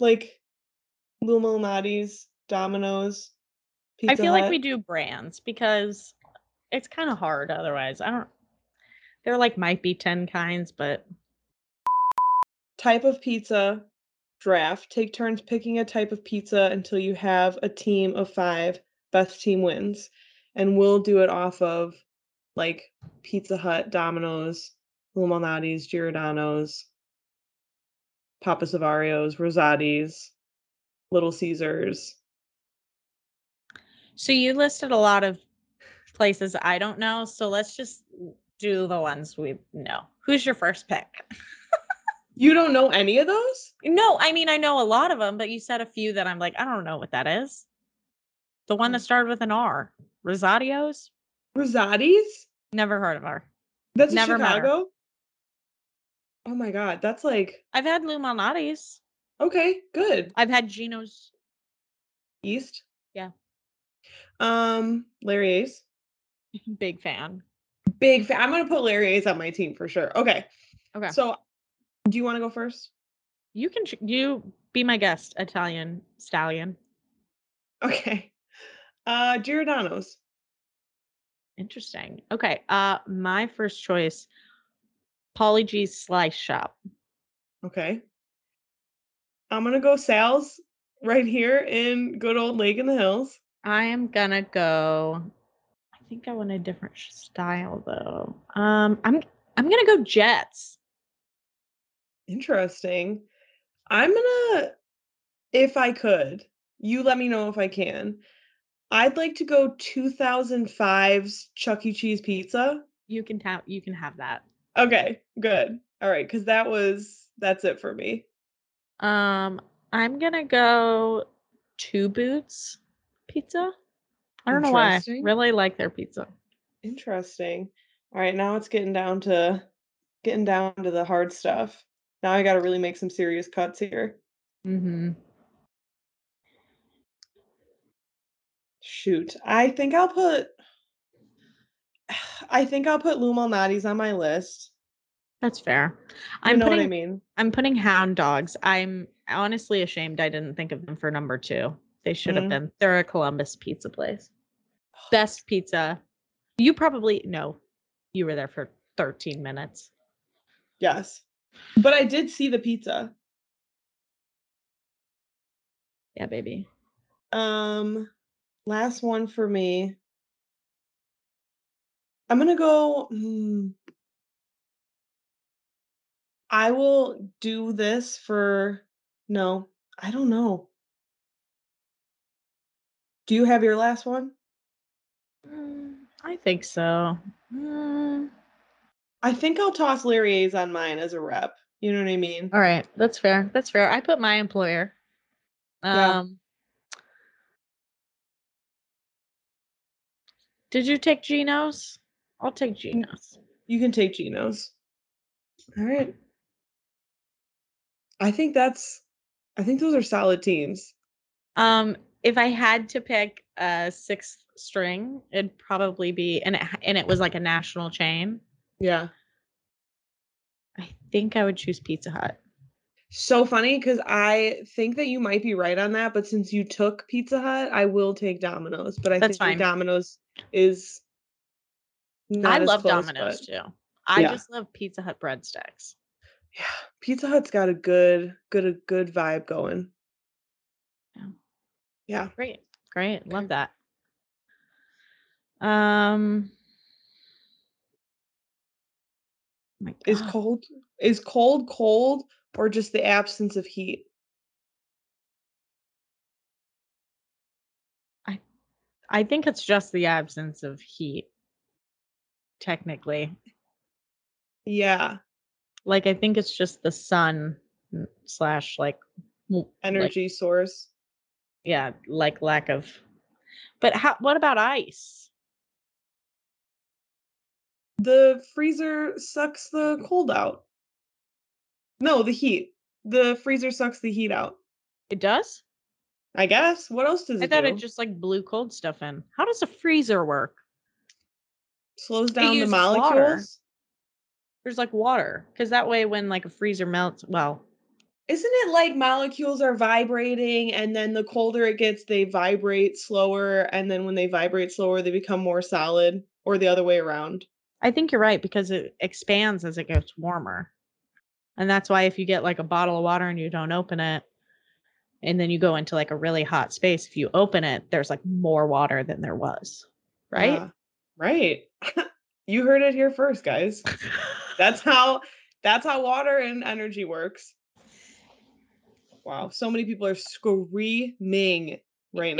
Speaker 1: Like Lil Malnati's, Domino's. Pizza
Speaker 2: I feel like we
Speaker 1: Hut?
Speaker 2: do brands because it's kind of hard otherwise. I don't there like might be 10 kinds, but
Speaker 1: type of pizza draft. Take turns picking a type of pizza until you have a team of five. Best team wins. And we'll do it off of like Pizza Hut, Domino's, Lumonati's, Giordano's, Papa Savario's, Rosati's, Little Caesars.
Speaker 2: so you listed a lot of places I don't know, so let's just do the ones we know. Who's your first pick?
Speaker 1: You don't know any of those?
Speaker 2: No, I mean I know a lot of them, but you said a few that I'm like, I don't know what that is. The one that
Speaker 1: Mm.
Speaker 2: started with an R, Rosatios.
Speaker 1: Rosati's?
Speaker 2: Never heard of her.
Speaker 1: That's in
Speaker 2: Never met her.
Speaker 1: Chicago? Oh my god, that's like
Speaker 2: I've had Lou Malnati's.
Speaker 1: okay, good.
Speaker 2: I've had Gino's.
Speaker 1: East?
Speaker 2: Yeah.
Speaker 1: Um, Larry Ace.
Speaker 2: Big fan.
Speaker 1: Big fan. I'm gonna put Larry A's on my team for sure. Okay.
Speaker 2: Okay.
Speaker 1: So do you wanna go first?
Speaker 2: You can ch- you be my guest, Italian stallion.
Speaker 1: Okay. Uh Giordano's.
Speaker 2: Interesting. Okay. Uh, my first choice, Polly G's Slice Shop.
Speaker 1: Okay. I'm gonna go Sal's right here in good old Lake in the Hills.
Speaker 2: I am gonna go. I think I want a different sh- style though. Um, I'm I'm gonna go Jets.
Speaker 1: Interesting. I'm gonna if I could, you let me know if I can. I'd like to go 2005's Chuck E. Cheese pizza.
Speaker 2: You can have you can have that.
Speaker 1: Okay, good. All right, because that was that's it for me.
Speaker 2: Um, I'm gonna go two boots pizza. I don't know why. I
Speaker 1: Interesting.
Speaker 2: really like their pizza.
Speaker 1: Interesting. All right, now it's getting down to getting down to the hard stuff. Now I got to really make some serious cuts here.
Speaker 2: Mm-hmm.
Speaker 1: Shoot. I think I'll put I think I'll put Lou Malnati's on my list.
Speaker 2: That's fair.
Speaker 1: You
Speaker 2: I'm
Speaker 1: know
Speaker 2: putting
Speaker 1: what I mean?
Speaker 2: I'm putting hound dogs. I'm honestly ashamed I didn't think of them for number two. They should have
Speaker 1: Mhm.
Speaker 2: been. They're a Columbus pizza place. Oh, Best pizza. You probably no, you were there for 13 minutes.
Speaker 1: Yes. But I did see the pizza.
Speaker 2: Yeah, baby.
Speaker 1: Um last one for me. I'm going to go hmm, I will do this for no, I don't know. Do you have your last one?
Speaker 2: Mm, I think so. Mm,
Speaker 1: I think I'll toss Larry A's on mine as a rep. You know what I mean?
Speaker 2: all right, that's fair. That's fair. I put my employer.
Speaker 1: Yeah.
Speaker 2: Um Did you take Geno's? I'll take Geno's.
Speaker 1: You can take Geno's. All right. I think that's I think those are solid teams.
Speaker 2: Um, if I had to pick a sixth string, it'd probably be and it ha- and it was like a national chain.
Speaker 1: Yeah.
Speaker 2: I think I would choose Pizza Hut.
Speaker 1: So funny because I think that you might be right on that, but since you took Pizza Hut, I will take Domino's. But I
Speaker 2: That's
Speaker 1: think
Speaker 2: fine.
Speaker 1: Domino's is not
Speaker 2: I
Speaker 1: as
Speaker 2: love
Speaker 1: close,
Speaker 2: Domino's
Speaker 1: but
Speaker 2: too. I
Speaker 1: yeah.
Speaker 2: just love Pizza Hut breadsticks.
Speaker 1: yeah. Pizza Hut's got a good, good, a good vibe going.
Speaker 2: Yeah.
Speaker 1: Yeah.
Speaker 2: Great, great,
Speaker 1: Okay.
Speaker 2: love that. Um, oh my
Speaker 1: Is
Speaker 2: God,
Speaker 1: cold is cold cold or just the absence of heat?
Speaker 2: I I think it's just the absence of heat. Technically,
Speaker 1: Yeah.
Speaker 2: like I think it's just the sun n- slash like w- like
Speaker 1: Energy source.
Speaker 2: yeah like lack of But how? What about ice?
Speaker 1: The freezer sucks the cold out. No, the heat. The freezer sucks the heat out.
Speaker 2: It does.
Speaker 1: I guess. What else does
Speaker 2: I
Speaker 1: it
Speaker 2: thought it
Speaker 1: do?
Speaker 2: just like blew cold stuff in. How does a freezer work?
Speaker 1: Slows
Speaker 2: It
Speaker 1: down the
Speaker 2: uses water.
Speaker 1: molecules.
Speaker 2: There's like water because that way when like a freezer melts, well,
Speaker 1: Isn't it like molecules are vibrating and then the colder it gets, they vibrate slower. And then when they vibrate slower, they become more solid or the other way around?
Speaker 2: I think you're right because it expands as it gets warmer, and that's why if you get like a bottle of water and you don't open it, and then you go into like a really hot space, if you open it, there's like more water than there was, right?
Speaker 1: Yeah. Right. you heard it here first, guys. That's how that's how water and energy works. Wow, so many people are screaming right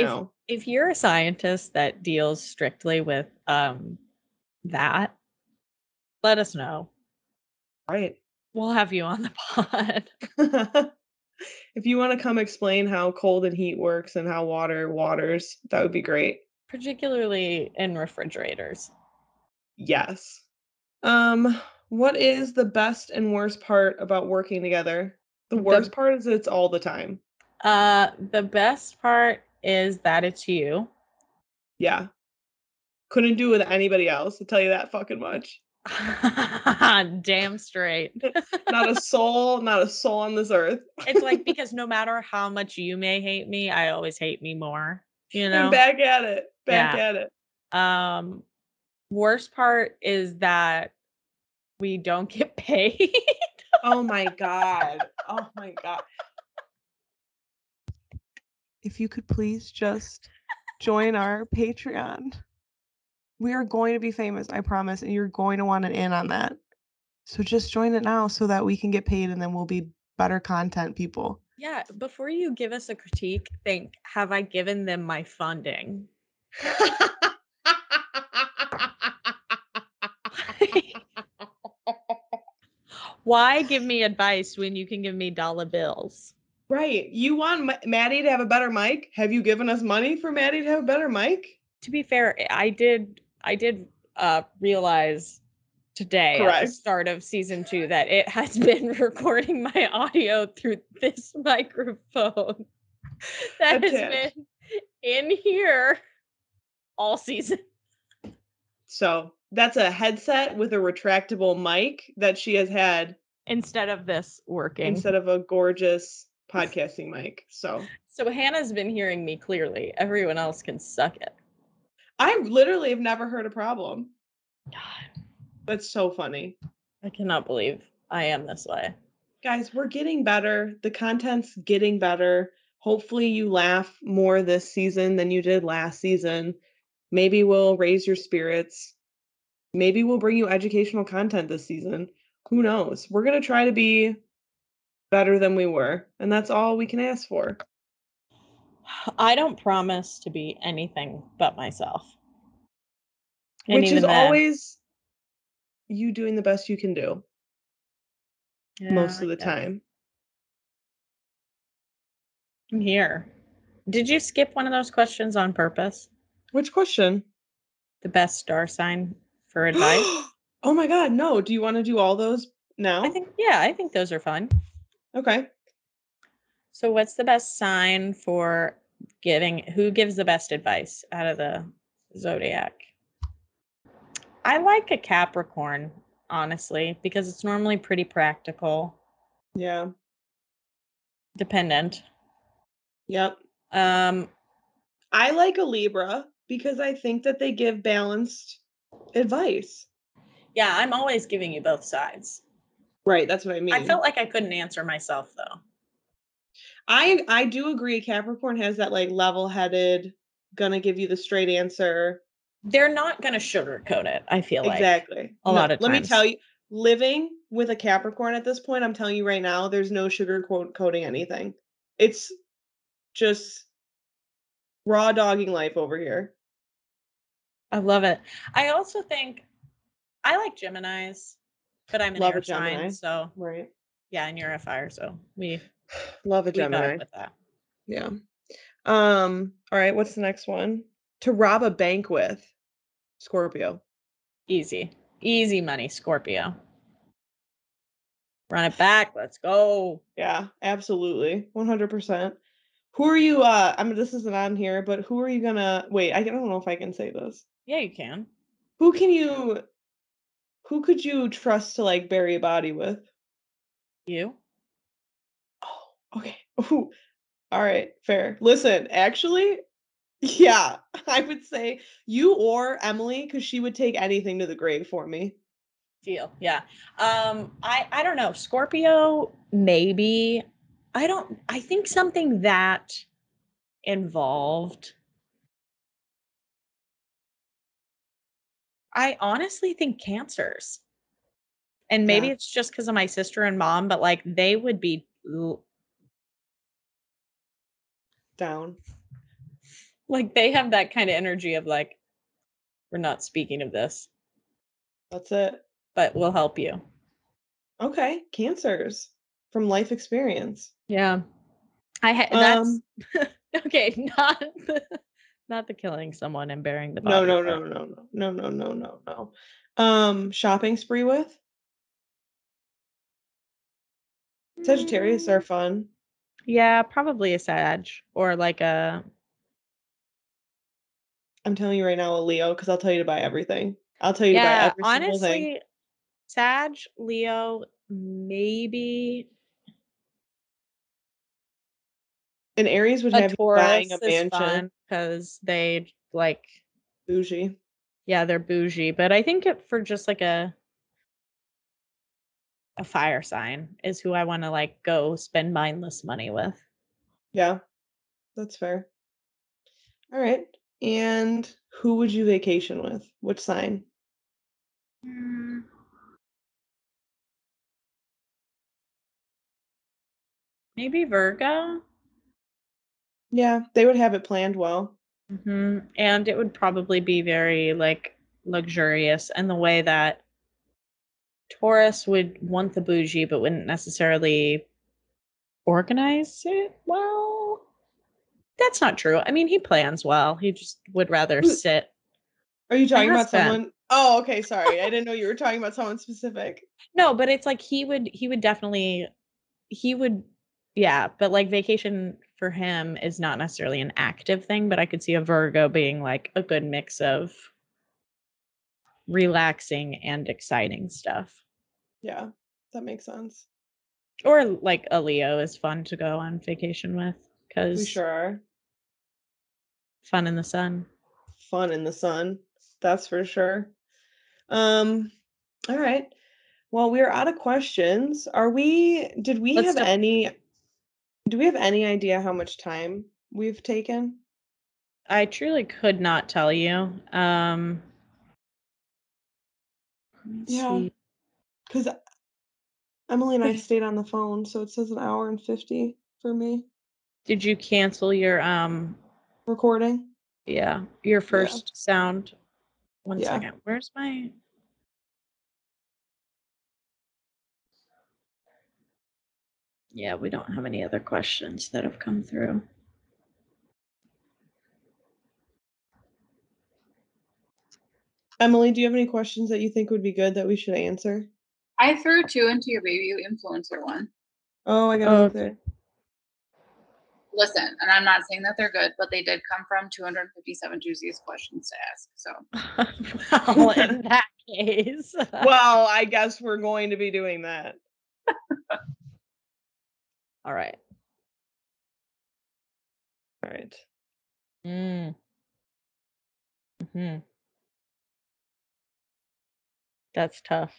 Speaker 2: if
Speaker 1: now.
Speaker 2: if you're a scientist that deals strictly with um that, let us know.
Speaker 1: Right.
Speaker 2: We'll have you on the pod.
Speaker 1: if you want to come explain how cold and heat works and how water waters, that would be great.
Speaker 2: Particularly in refrigerators.
Speaker 1: Yes. Um, what is the best and worst part about working together? The
Speaker 2: The
Speaker 1: worst part is it's all the time.
Speaker 2: uh the best part is that it's you.
Speaker 1: Yeah. Couldn't do with anybody else, to tell you that fucking much.
Speaker 2: Damn straight.
Speaker 1: not a soul, not a soul on this earth.
Speaker 2: It's like because no matter how much you may hate me, I always hate me more, you
Speaker 1: I'm
Speaker 2: know?
Speaker 1: back at it. Back
Speaker 2: Yeah.
Speaker 1: at it.
Speaker 2: Um worst part is that we don't get paid.
Speaker 1: Oh my God. Oh my God. If you could please just join our Patreon, we are going to be famous, I promise, and you're going to want an in on that. So just join it now so that we can get paid and then we'll be better content people.
Speaker 2: Yeah, before you give us a critique, think have I given them my funding? Why give me advice when you can give me dollar bills?
Speaker 1: Right. You want M- Maddie to have a better mic? Have you given us money for Maddie to have a better mic?
Speaker 2: to be fair, eh, I- I did I did uh realize today at the
Speaker 1: Correct.
Speaker 2: start of season two that it has been recording my audio through this microphone that has
Speaker 1: Attached.
Speaker 2: been in here all season.
Speaker 1: So that's a headset with a retractable mic that she has had
Speaker 2: Instead of this working.
Speaker 1: instead of a gorgeous podcasting mic. So
Speaker 2: so Hannah's been hearing me clearly. Everyone else can suck it.
Speaker 1: I literally have never heard a problem. That's so funny.
Speaker 2: I cannot believe I am this way.
Speaker 1: Guys, we're getting better. The content's getting better. Hopefully, you laugh more this season than you did last season. Maybe we'll raise your spirits. Maybe we'll bring you educational content this season. Who knows? We're going to try to be better than we were. And that's all we can ask for.
Speaker 2: I don't promise to be anything but myself. And
Speaker 1: Which is
Speaker 2: even then-
Speaker 1: always you doing the best you can do
Speaker 2: Yeah,
Speaker 1: most
Speaker 2: I
Speaker 1: of the
Speaker 2: guess.
Speaker 1: time.
Speaker 2: I'm here. Did you skip one of those questions on purpose?
Speaker 1: Which question?
Speaker 2: The best star sign for advice?
Speaker 1: oh my God. No. Do you want to do all those now?
Speaker 2: I think, yeah, I think those are fun.
Speaker 1: Okay.
Speaker 2: So, what's the best sign for giving? Who gives the best advice out of the zodiac? I like a Capricorn, honestly, because it's normally pretty practical,
Speaker 1: Yeah.
Speaker 2: dependent.
Speaker 1: Yep.
Speaker 2: Um,
Speaker 1: I like a Libra because I think that they give balanced advice.
Speaker 2: yeah, I'm always giving you both sides.
Speaker 1: Right, that's what I mean.
Speaker 2: I felt like I couldn't answer myself though.
Speaker 1: I I do agree Capricorn has that like level-headed gonna give you the straight answer.
Speaker 2: They're not going to sugarcoat it, I feel like.
Speaker 1: exactly.
Speaker 2: a lot of
Speaker 1: Let me
Speaker 2: times.
Speaker 1: tell you living with a Capricorn at this point, I'm telling you right now there's no sugar coat- coating anything. It's just raw dogging life over here.
Speaker 2: I love it. I also think I like Gemini's, but I'm an
Speaker 1: Love a
Speaker 2: air sign,
Speaker 1: Gemini.
Speaker 2: so
Speaker 1: Right.
Speaker 2: yeah, and you're a fire, so we,
Speaker 1: Love a
Speaker 2: we
Speaker 1: Gemini.
Speaker 2: vibe with that.
Speaker 1: Yeah. Um, all right, what's the next one? To rob a bank with Scorpio.
Speaker 2: Easy, easy money, Scorpio. Run it back. Let's go.
Speaker 1: Yeah, absolutely. 100%. Who are you uh I mean this isn't on here, but who are you going to Wait, I don't know if I can say this.
Speaker 2: Yeah, you can.
Speaker 1: Who can you who could you trust to like bury a body with?
Speaker 2: You.
Speaker 1: Oh, okay. Ooh. All right, fair. Listen, actually, yeah, I would say you or Emily cuz she would take anything to the grave for me.
Speaker 2: Deal. Yeah. Um, I I don't know. Scorpio, maybe. I don't I think something that involved. I honestly think cancers. And maybe
Speaker 1: Yeah.
Speaker 2: it's just because of my sister and mom, but like they would be l-
Speaker 1: Down.
Speaker 2: like they have that kind of energy of like, we're not speaking of this,
Speaker 1: That's it.
Speaker 2: but we'll help you.
Speaker 1: Okay, cancers from life experience.
Speaker 2: Yeah. I ha- that's
Speaker 1: Um,
Speaker 2: okay, not the, not the killing someone and burying the body.
Speaker 1: no, no,
Speaker 2: part.
Speaker 1: no, no, no, no, no, no, no, no. Um, shopping spree with Sagittarius are
Speaker 2: Mm,
Speaker 1: fun.
Speaker 2: Yeah, probably a Sag or like a
Speaker 1: I'm telling you right now, a Leo, because I'll tell you to buy everything. I'll tell you
Speaker 2: yeah.
Speaker 1: to buy every single thing.
Speaker 2: Honestly, Sag, Leo, maybe
Speaker 1: And Aries would
Speaker 2: a
Speaker 1: have you buying
Speaker 2: Taurus
Speaker 1: a
Speaker 2: is
Speaker 1: mansion.
Speaker 2: fun because they like
Speaker 1: Bougie.
Speaker 2: yeah they're bougie, but I think it for just like a a fire sign is who I want to like go spend mindless money with.
Speaker 1: Yeah, that's fair. All right. And who would you vacation with? Which sign?
Speaker 2: Maybe Virgo.
Speaker 1: Yeah, they would have it planned well.
Speaker 2: hmm And it would probably be very like luxurious and the way that Taurus would want the bougie but wouldn't necessarily organize it well. That's not true. I mean, he plans well. He just would rather
Speaker 1: Who-
Speaker 2: sit.
Speaker 1: Are you talking about
Speaker 2: husband.
Speaker 1: someone? Oh, okay. Sorry. I didn't know you were talking about someone specific.
Speaker 2: No, but it's like he would he would definitely he would yeah, but like vacation for him is not necessarily an active thing, but I could see a Virgo being like a good mix of relaxing and exciting stuff.
Speaker 1: Yeah, that makes sense.
Speaker 2: Or like a Leo is fun to go on vacation with
Speaker 1: We
Speaker 2: cuz
Speaker 1: sure are.
Speaker 2: fun in the sun.
Speaker 1: Fun in the sun. That's for sure. Um, all right. Well, we're out of questions. Are we did we
Speaker 2: Let's
Speaker 1: have
Speaker 2: stop-
Speaker 1: any do we have any idea how much time we've taken?
Speaker 2: I truly could not tell you. Um let's
Speaker 1: Yeah.
Speaker 2: see.
Speaker 1: Because Emily and I
Speaker 2: Okay.
Speaker 1: stayed on the phone, so it says an hour and fifty for me
Speaker 2: Did you cancel your um
Speaker 1: recording.
Speaker 2: Yeah, your first sound. One
Speaker 1: Yeah.
Speaker 2: second. Where's my? Yeah, we don't have any other questions that have come through.
Speaker 1: Emily, do you have any questions that you think would be good that we should answer?
Speaker 3: I threw two into your baby influencer one.
Speaker 1: Oh, I gotta look
Speaker 2: Okay.
Speaker 1: there.
Speaker 3: Listen, and I'm not saying that they're good, but they did come from 257 juiciest questions to ask. So
Speaker 2: well, in that case,
Speaker 1: Well, I guess we're going to be doing that.
Speaker 2: all right.
Speaker 1: All right.
Speaker 2: Mm. hmm That's tough.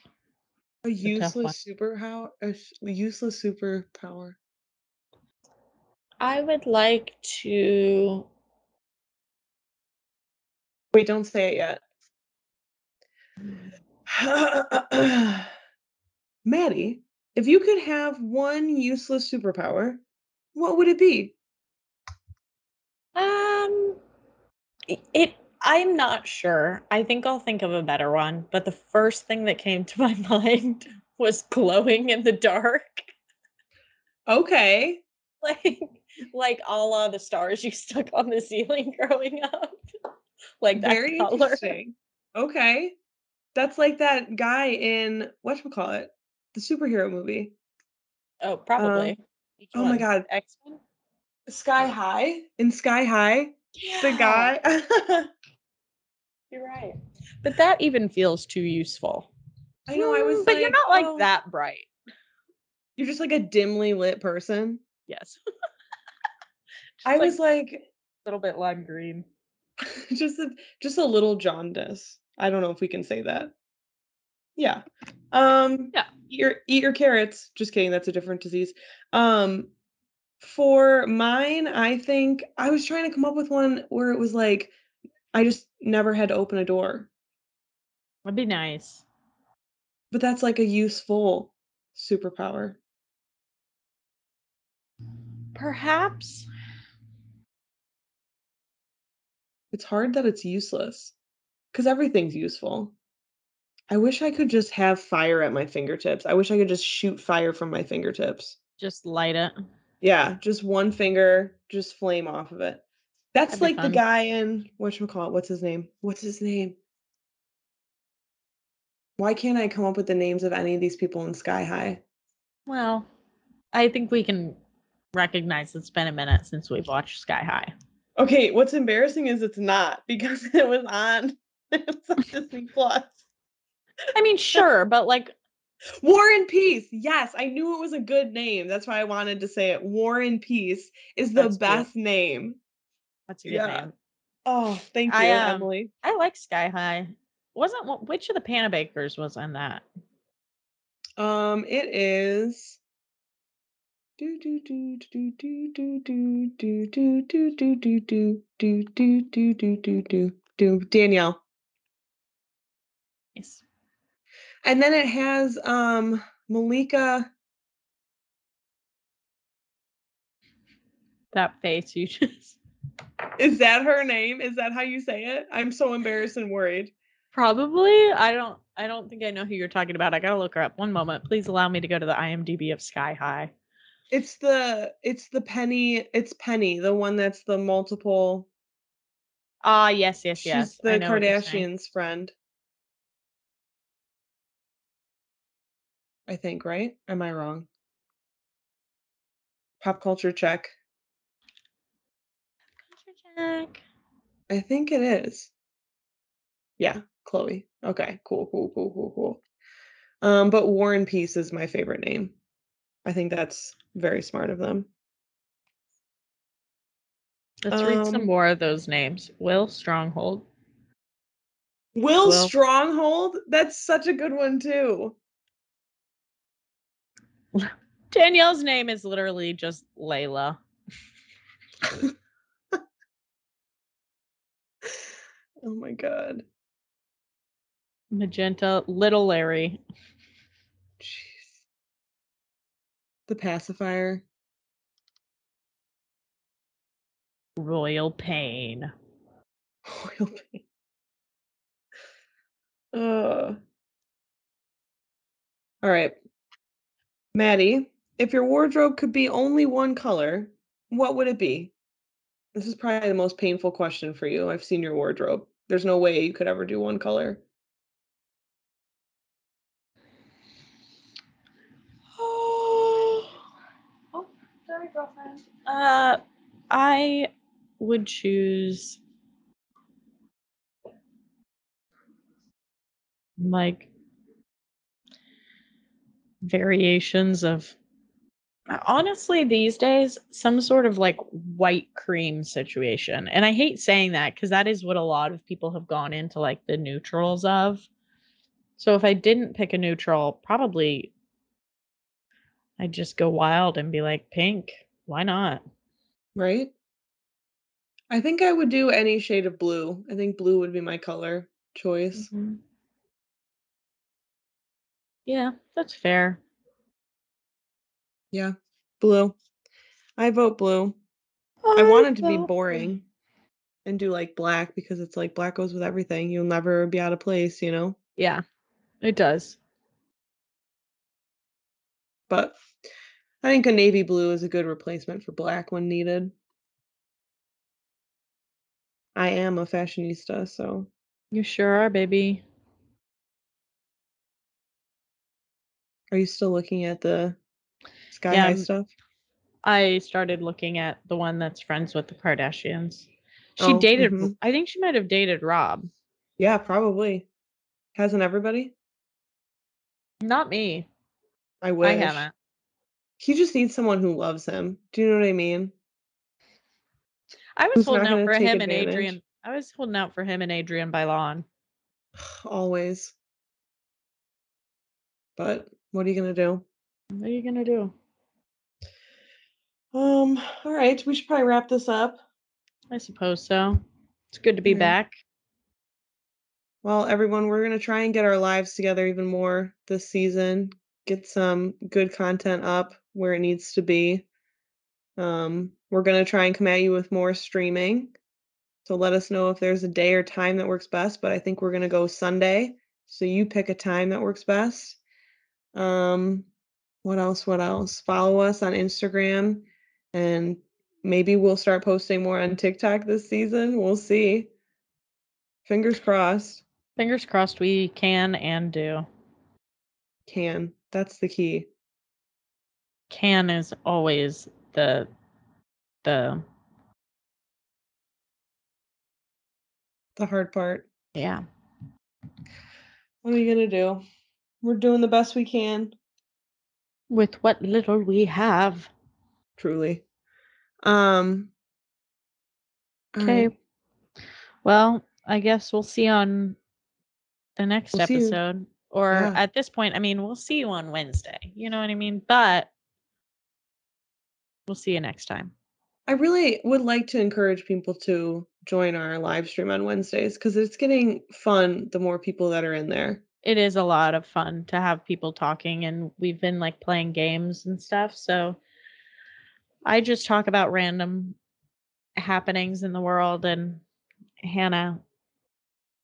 Speaker 1: A
Speaker 2: a tough one.
Speaker 1: useless super how a s- useless superpower.
Speaker 2: I would like to.
Speaker 1: Wait, don't say it yet. Maddie, if you could have one useless superpower, what would it be?
Speaker 2: Um, i- it. I'm not sure. I think I'll think of a better one. But the first thing that came to my mind was glowing in the dark,
Speaker 1: Okay.
Speaker 2: like like a la the stars you stuck on the ceiling growing up, like that
Speaker 1: Very
Speaker 2: color.
Speaker 1: interesting. Okay. That's like that guy in whatchamacallit, the superhero movie.
Speaker 2: Oh, probably. Which
Speaker 1: Um, oh my
Speaker 2: one?
Speaker 1: God.
Speaker 2: X Men.
Speaker 1: Sky High. In Sky High,
Speaker 2: Yeah,
Speaker 1: the guy.
Speaker 2: You're right. But that even feels too useful.
Speaker 1: I know I was
Speaker 2: Mm, but you're not like
Speaker 1: "Oh,
Speaker 2: that bright.
Speaker 1: You're just like a dimly lit person.
Speaker 2: Yes. Just
Speaker 1: I was like
Speaker 2: a little bit lime green.
Speaker 1: just a, just a little jaundice. I don't know if we can say that. Yeah. Um
Speaker 2: Yeah.
Speaker 1: eat your eat your carrots. Just kidding, that's a different disease. Um for mine, I think I was trying to come up with one where it was like I just never had to open a door.
Speaker 2: That'd be nice.
Speaker 1: But that's like a useful superpower.
Speaker 2: Perhaps
Speaker 1: It's hard that it's useless cuz everything's useful. I wish I could just have fire at my fingertips. I wish I could just shoot fire from my fingertips.
Speaker 2: just light it.
Speaker 1: Yeah, just one finger, just flame off of it. That's
Speaker 2: That'd be
Speaker 1: like
Speaker 2: fun.
Speaker 1: the guy in whatchamacallit, what's his name? What's his name? Why can't I come up with the names of any of these people in Sky High?
Speaker 2: Well, I think we can recognize it's been a minute since we've watched Sky High.
Speaker 1: Okay, what's embarrassing is it's not because it was on, it was on Disney Plus.
Speaker 2: I mean, sure, but like,
Speaker 1: War and Peace. Yes, I knew it was a good name. That's why I wanted to say it. War and Peace is the
Speaker 2: That's cute.
Speaker 1: best name.
Speaker 2: that's a good
Speaker 1: Yeah.
Speaker 2: name.
Speaker 1: Oh, thank you,
Speaker 2: I, um,
Speaker 1: Emily.
Speaker 2: I like Sky High. Wasn't one- which of the Panabakers was in that?
Speaker 1: Um, it is. Do do do do do do do do do do do do do do do do do do do do Danielle,
Speaker 2: Yes.
Speaker 1: and then it has um Malika.
Speaker 2: That face you just
Speaker 1: Is that her name? Is that how you say it? I'm so embarrassed and worried.
Speaker 2: probably. I don't. I don't think I know who you're talking about. I gotta look her up. One moment, please. Allow me to go to the IMDb of Sky High.
Speaker 1: It's the it's the penny. It's Penny, the one that's the multiple.
Speaker 2: Ah, yes, yes, yes.
Speaker 1: She's the
Speaker 2: I know what you're saying.
Speaker 1: Kardashians' friend. I think, right? Am I wrong? Pop culture check.
Speaker 2: Jack.
Speaker 1: I think it is. Yeah, Chloe. Okay, cool, cool, cool, cool, cool. Um, but War and Peace is my favorite name. I think that's very smart of them.
Speaker 2: Let's read some
Speaker 1: Um,
Speaker 2: more of those names. Will Stronghold.
Speaker 1: Will
Speaker 2: Will.
Speaker 1: Stronghold? That's such a good one too.
Speaker 2: Danielle's name is literally just Layla.
Speaker 1: Oh my god.
Speaker 2: Magenta, Little Larry.
Speaker 1: Jeez. The pacifier.
Speaker 2: Royal Pain.
Speaker 1: Royal pain. Uh. All right. Maddie, if your wardrobe could be only one color, what would it be? This is probably the most painful question for you. I've seen your wardrobe. There's no way you could ever do one color.
Speaker 2: Oh, sorry, girlfriend. Uh, I would choose like variations of uh, honestly these days some sort of like white cream situation and i hate saying that because that is what a lot of people have gone into like the neutrals of so if i didn't pick a neutral probably i'd just go wild and be like pink why not
Speaker 1: Right? I think I would do any shade of blue. I think blue would be my color choice.
Speaker 2: Mm-hmm. yeah that's fair
Speaker 1: Yeah. Blue. I vote blue. I want it to be boring and do like black because it's like black goes with everything. You'll never be out of place, you know?
Speaker 2: yeah it does
Speaker 1: But I think a navy blue is a good replacement for black when needed. I am a fashionista, so
Speaker 2: you sure are baby
Speaker 1: are you still looking at the sky
Speaker 2: Yeah,
Speaker 1: high
Speaker 2: I'm-
Speaker 1: stuff?
Speaker 2: I started looking at the one that's friends with the Kardashians. She
Speaker 1: Oh,
Speaker 2: dated,
Speaker 1: mhm.
Speaker 2: I think she might have dated Rob.
Speaker 1: Yeah, probably. Hasn't everybody?
Speaker 2: Not me.
Speaker 1: I wish.
Speaker 2: I haven't.
Speaker 1: He just needs someone who loves him. Do you know what I mean?
Speaker 2: I was
Speaker 1: Who's
Speaker 2: holding
Speaker 1: not
Speaker 2: out
Speaker 1: gonna
Speaker 2: for
Speaker 1: take
Speaker 2: him and
Speaker 1: advantage?
Speaker 2: Adrian. I was holding out for him and Adrian Bylon.
Speaker 1: Always. But what are you gonna do?
Speaker 2: What are you gonna do?
Speaker 1: Um, all right, we should probably wrap this up.
Speaker 2: I suppose so. It's good to be
Speaker 1: Yeah.
Speaker 2: back.
Speaker 1: Well, everyone, we're going to try and get our lives together even more this season, get some good content up where it needs to be. Um, we're going to try and come at you with more streaming. So let us know if there's a day or time that works best, but I think we're going to go Sunday. So you pick a time that works best. Um, what else? What else? Follow us on Instagram and maybe we'll start posting more on TikTok this season. We'll see. Fingers crossed.
Speaker 2: Fingers crossed we can and do.
Speaker 1: can. That's the key.
Speaker 2: Can is always the the
Speaker 1: The hard part.
Speaker 2: yeah.
Speaker 1: What are you gonna do? We're doing the best we can.
Speaker 2: With what little we have.
Speaker 1: Truly. Um. all
Speaker 2: Okay.
Speaker 1: right.
Speaker 2: Mm. Well, I guess we'll see on the next
Speaker 1: We'll see you.
Speaker 2: episode. Or
Speaker 1: Yeah.
Speaker 2: at this point, I mean, we'll see you on Wednesday. You know what I mean? But we'll see you next time.
Speaker 1: I really would like to encourage people to join our live stream on Wednesdays because it's getting fun the more people that are in there.
Speaker 2: It is a lot of fun to have people talking, and we've been like playing games and stuff. So I just talk about random happenings in the world, and Hannah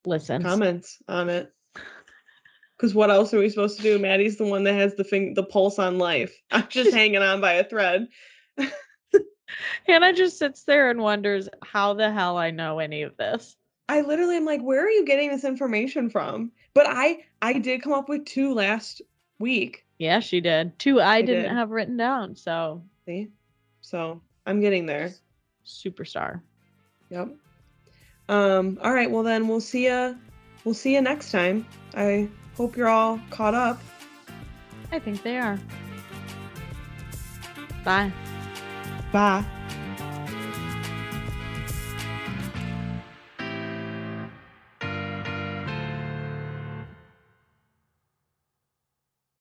Speaker 2: listens.
Speaker 1: Comments on it. Because what else are we supposed to do? Maddie's the one that has the thing, the pulse on life. I'm just hanging on by a thread.
Speaker 2: Hannah just sits there and wonders how the hell I know any of this.
Speaker 1: I literally am like, where are you getting this information from? But I I did come up with two last week.
Speaker 2: Yeah, she did. Two I, didn't
Speaker 1: did.
Speaker 2: have written down, so
Speaker 1: See? So I'm getting there.
Speaker 2: superstar.
Speaker 1: Yep. Um, all right, well then we'll see ya we'll see ya next time. I hope you're all caught up.
Speaker 2: I think they are. Bye.
Speaker 1: Bye.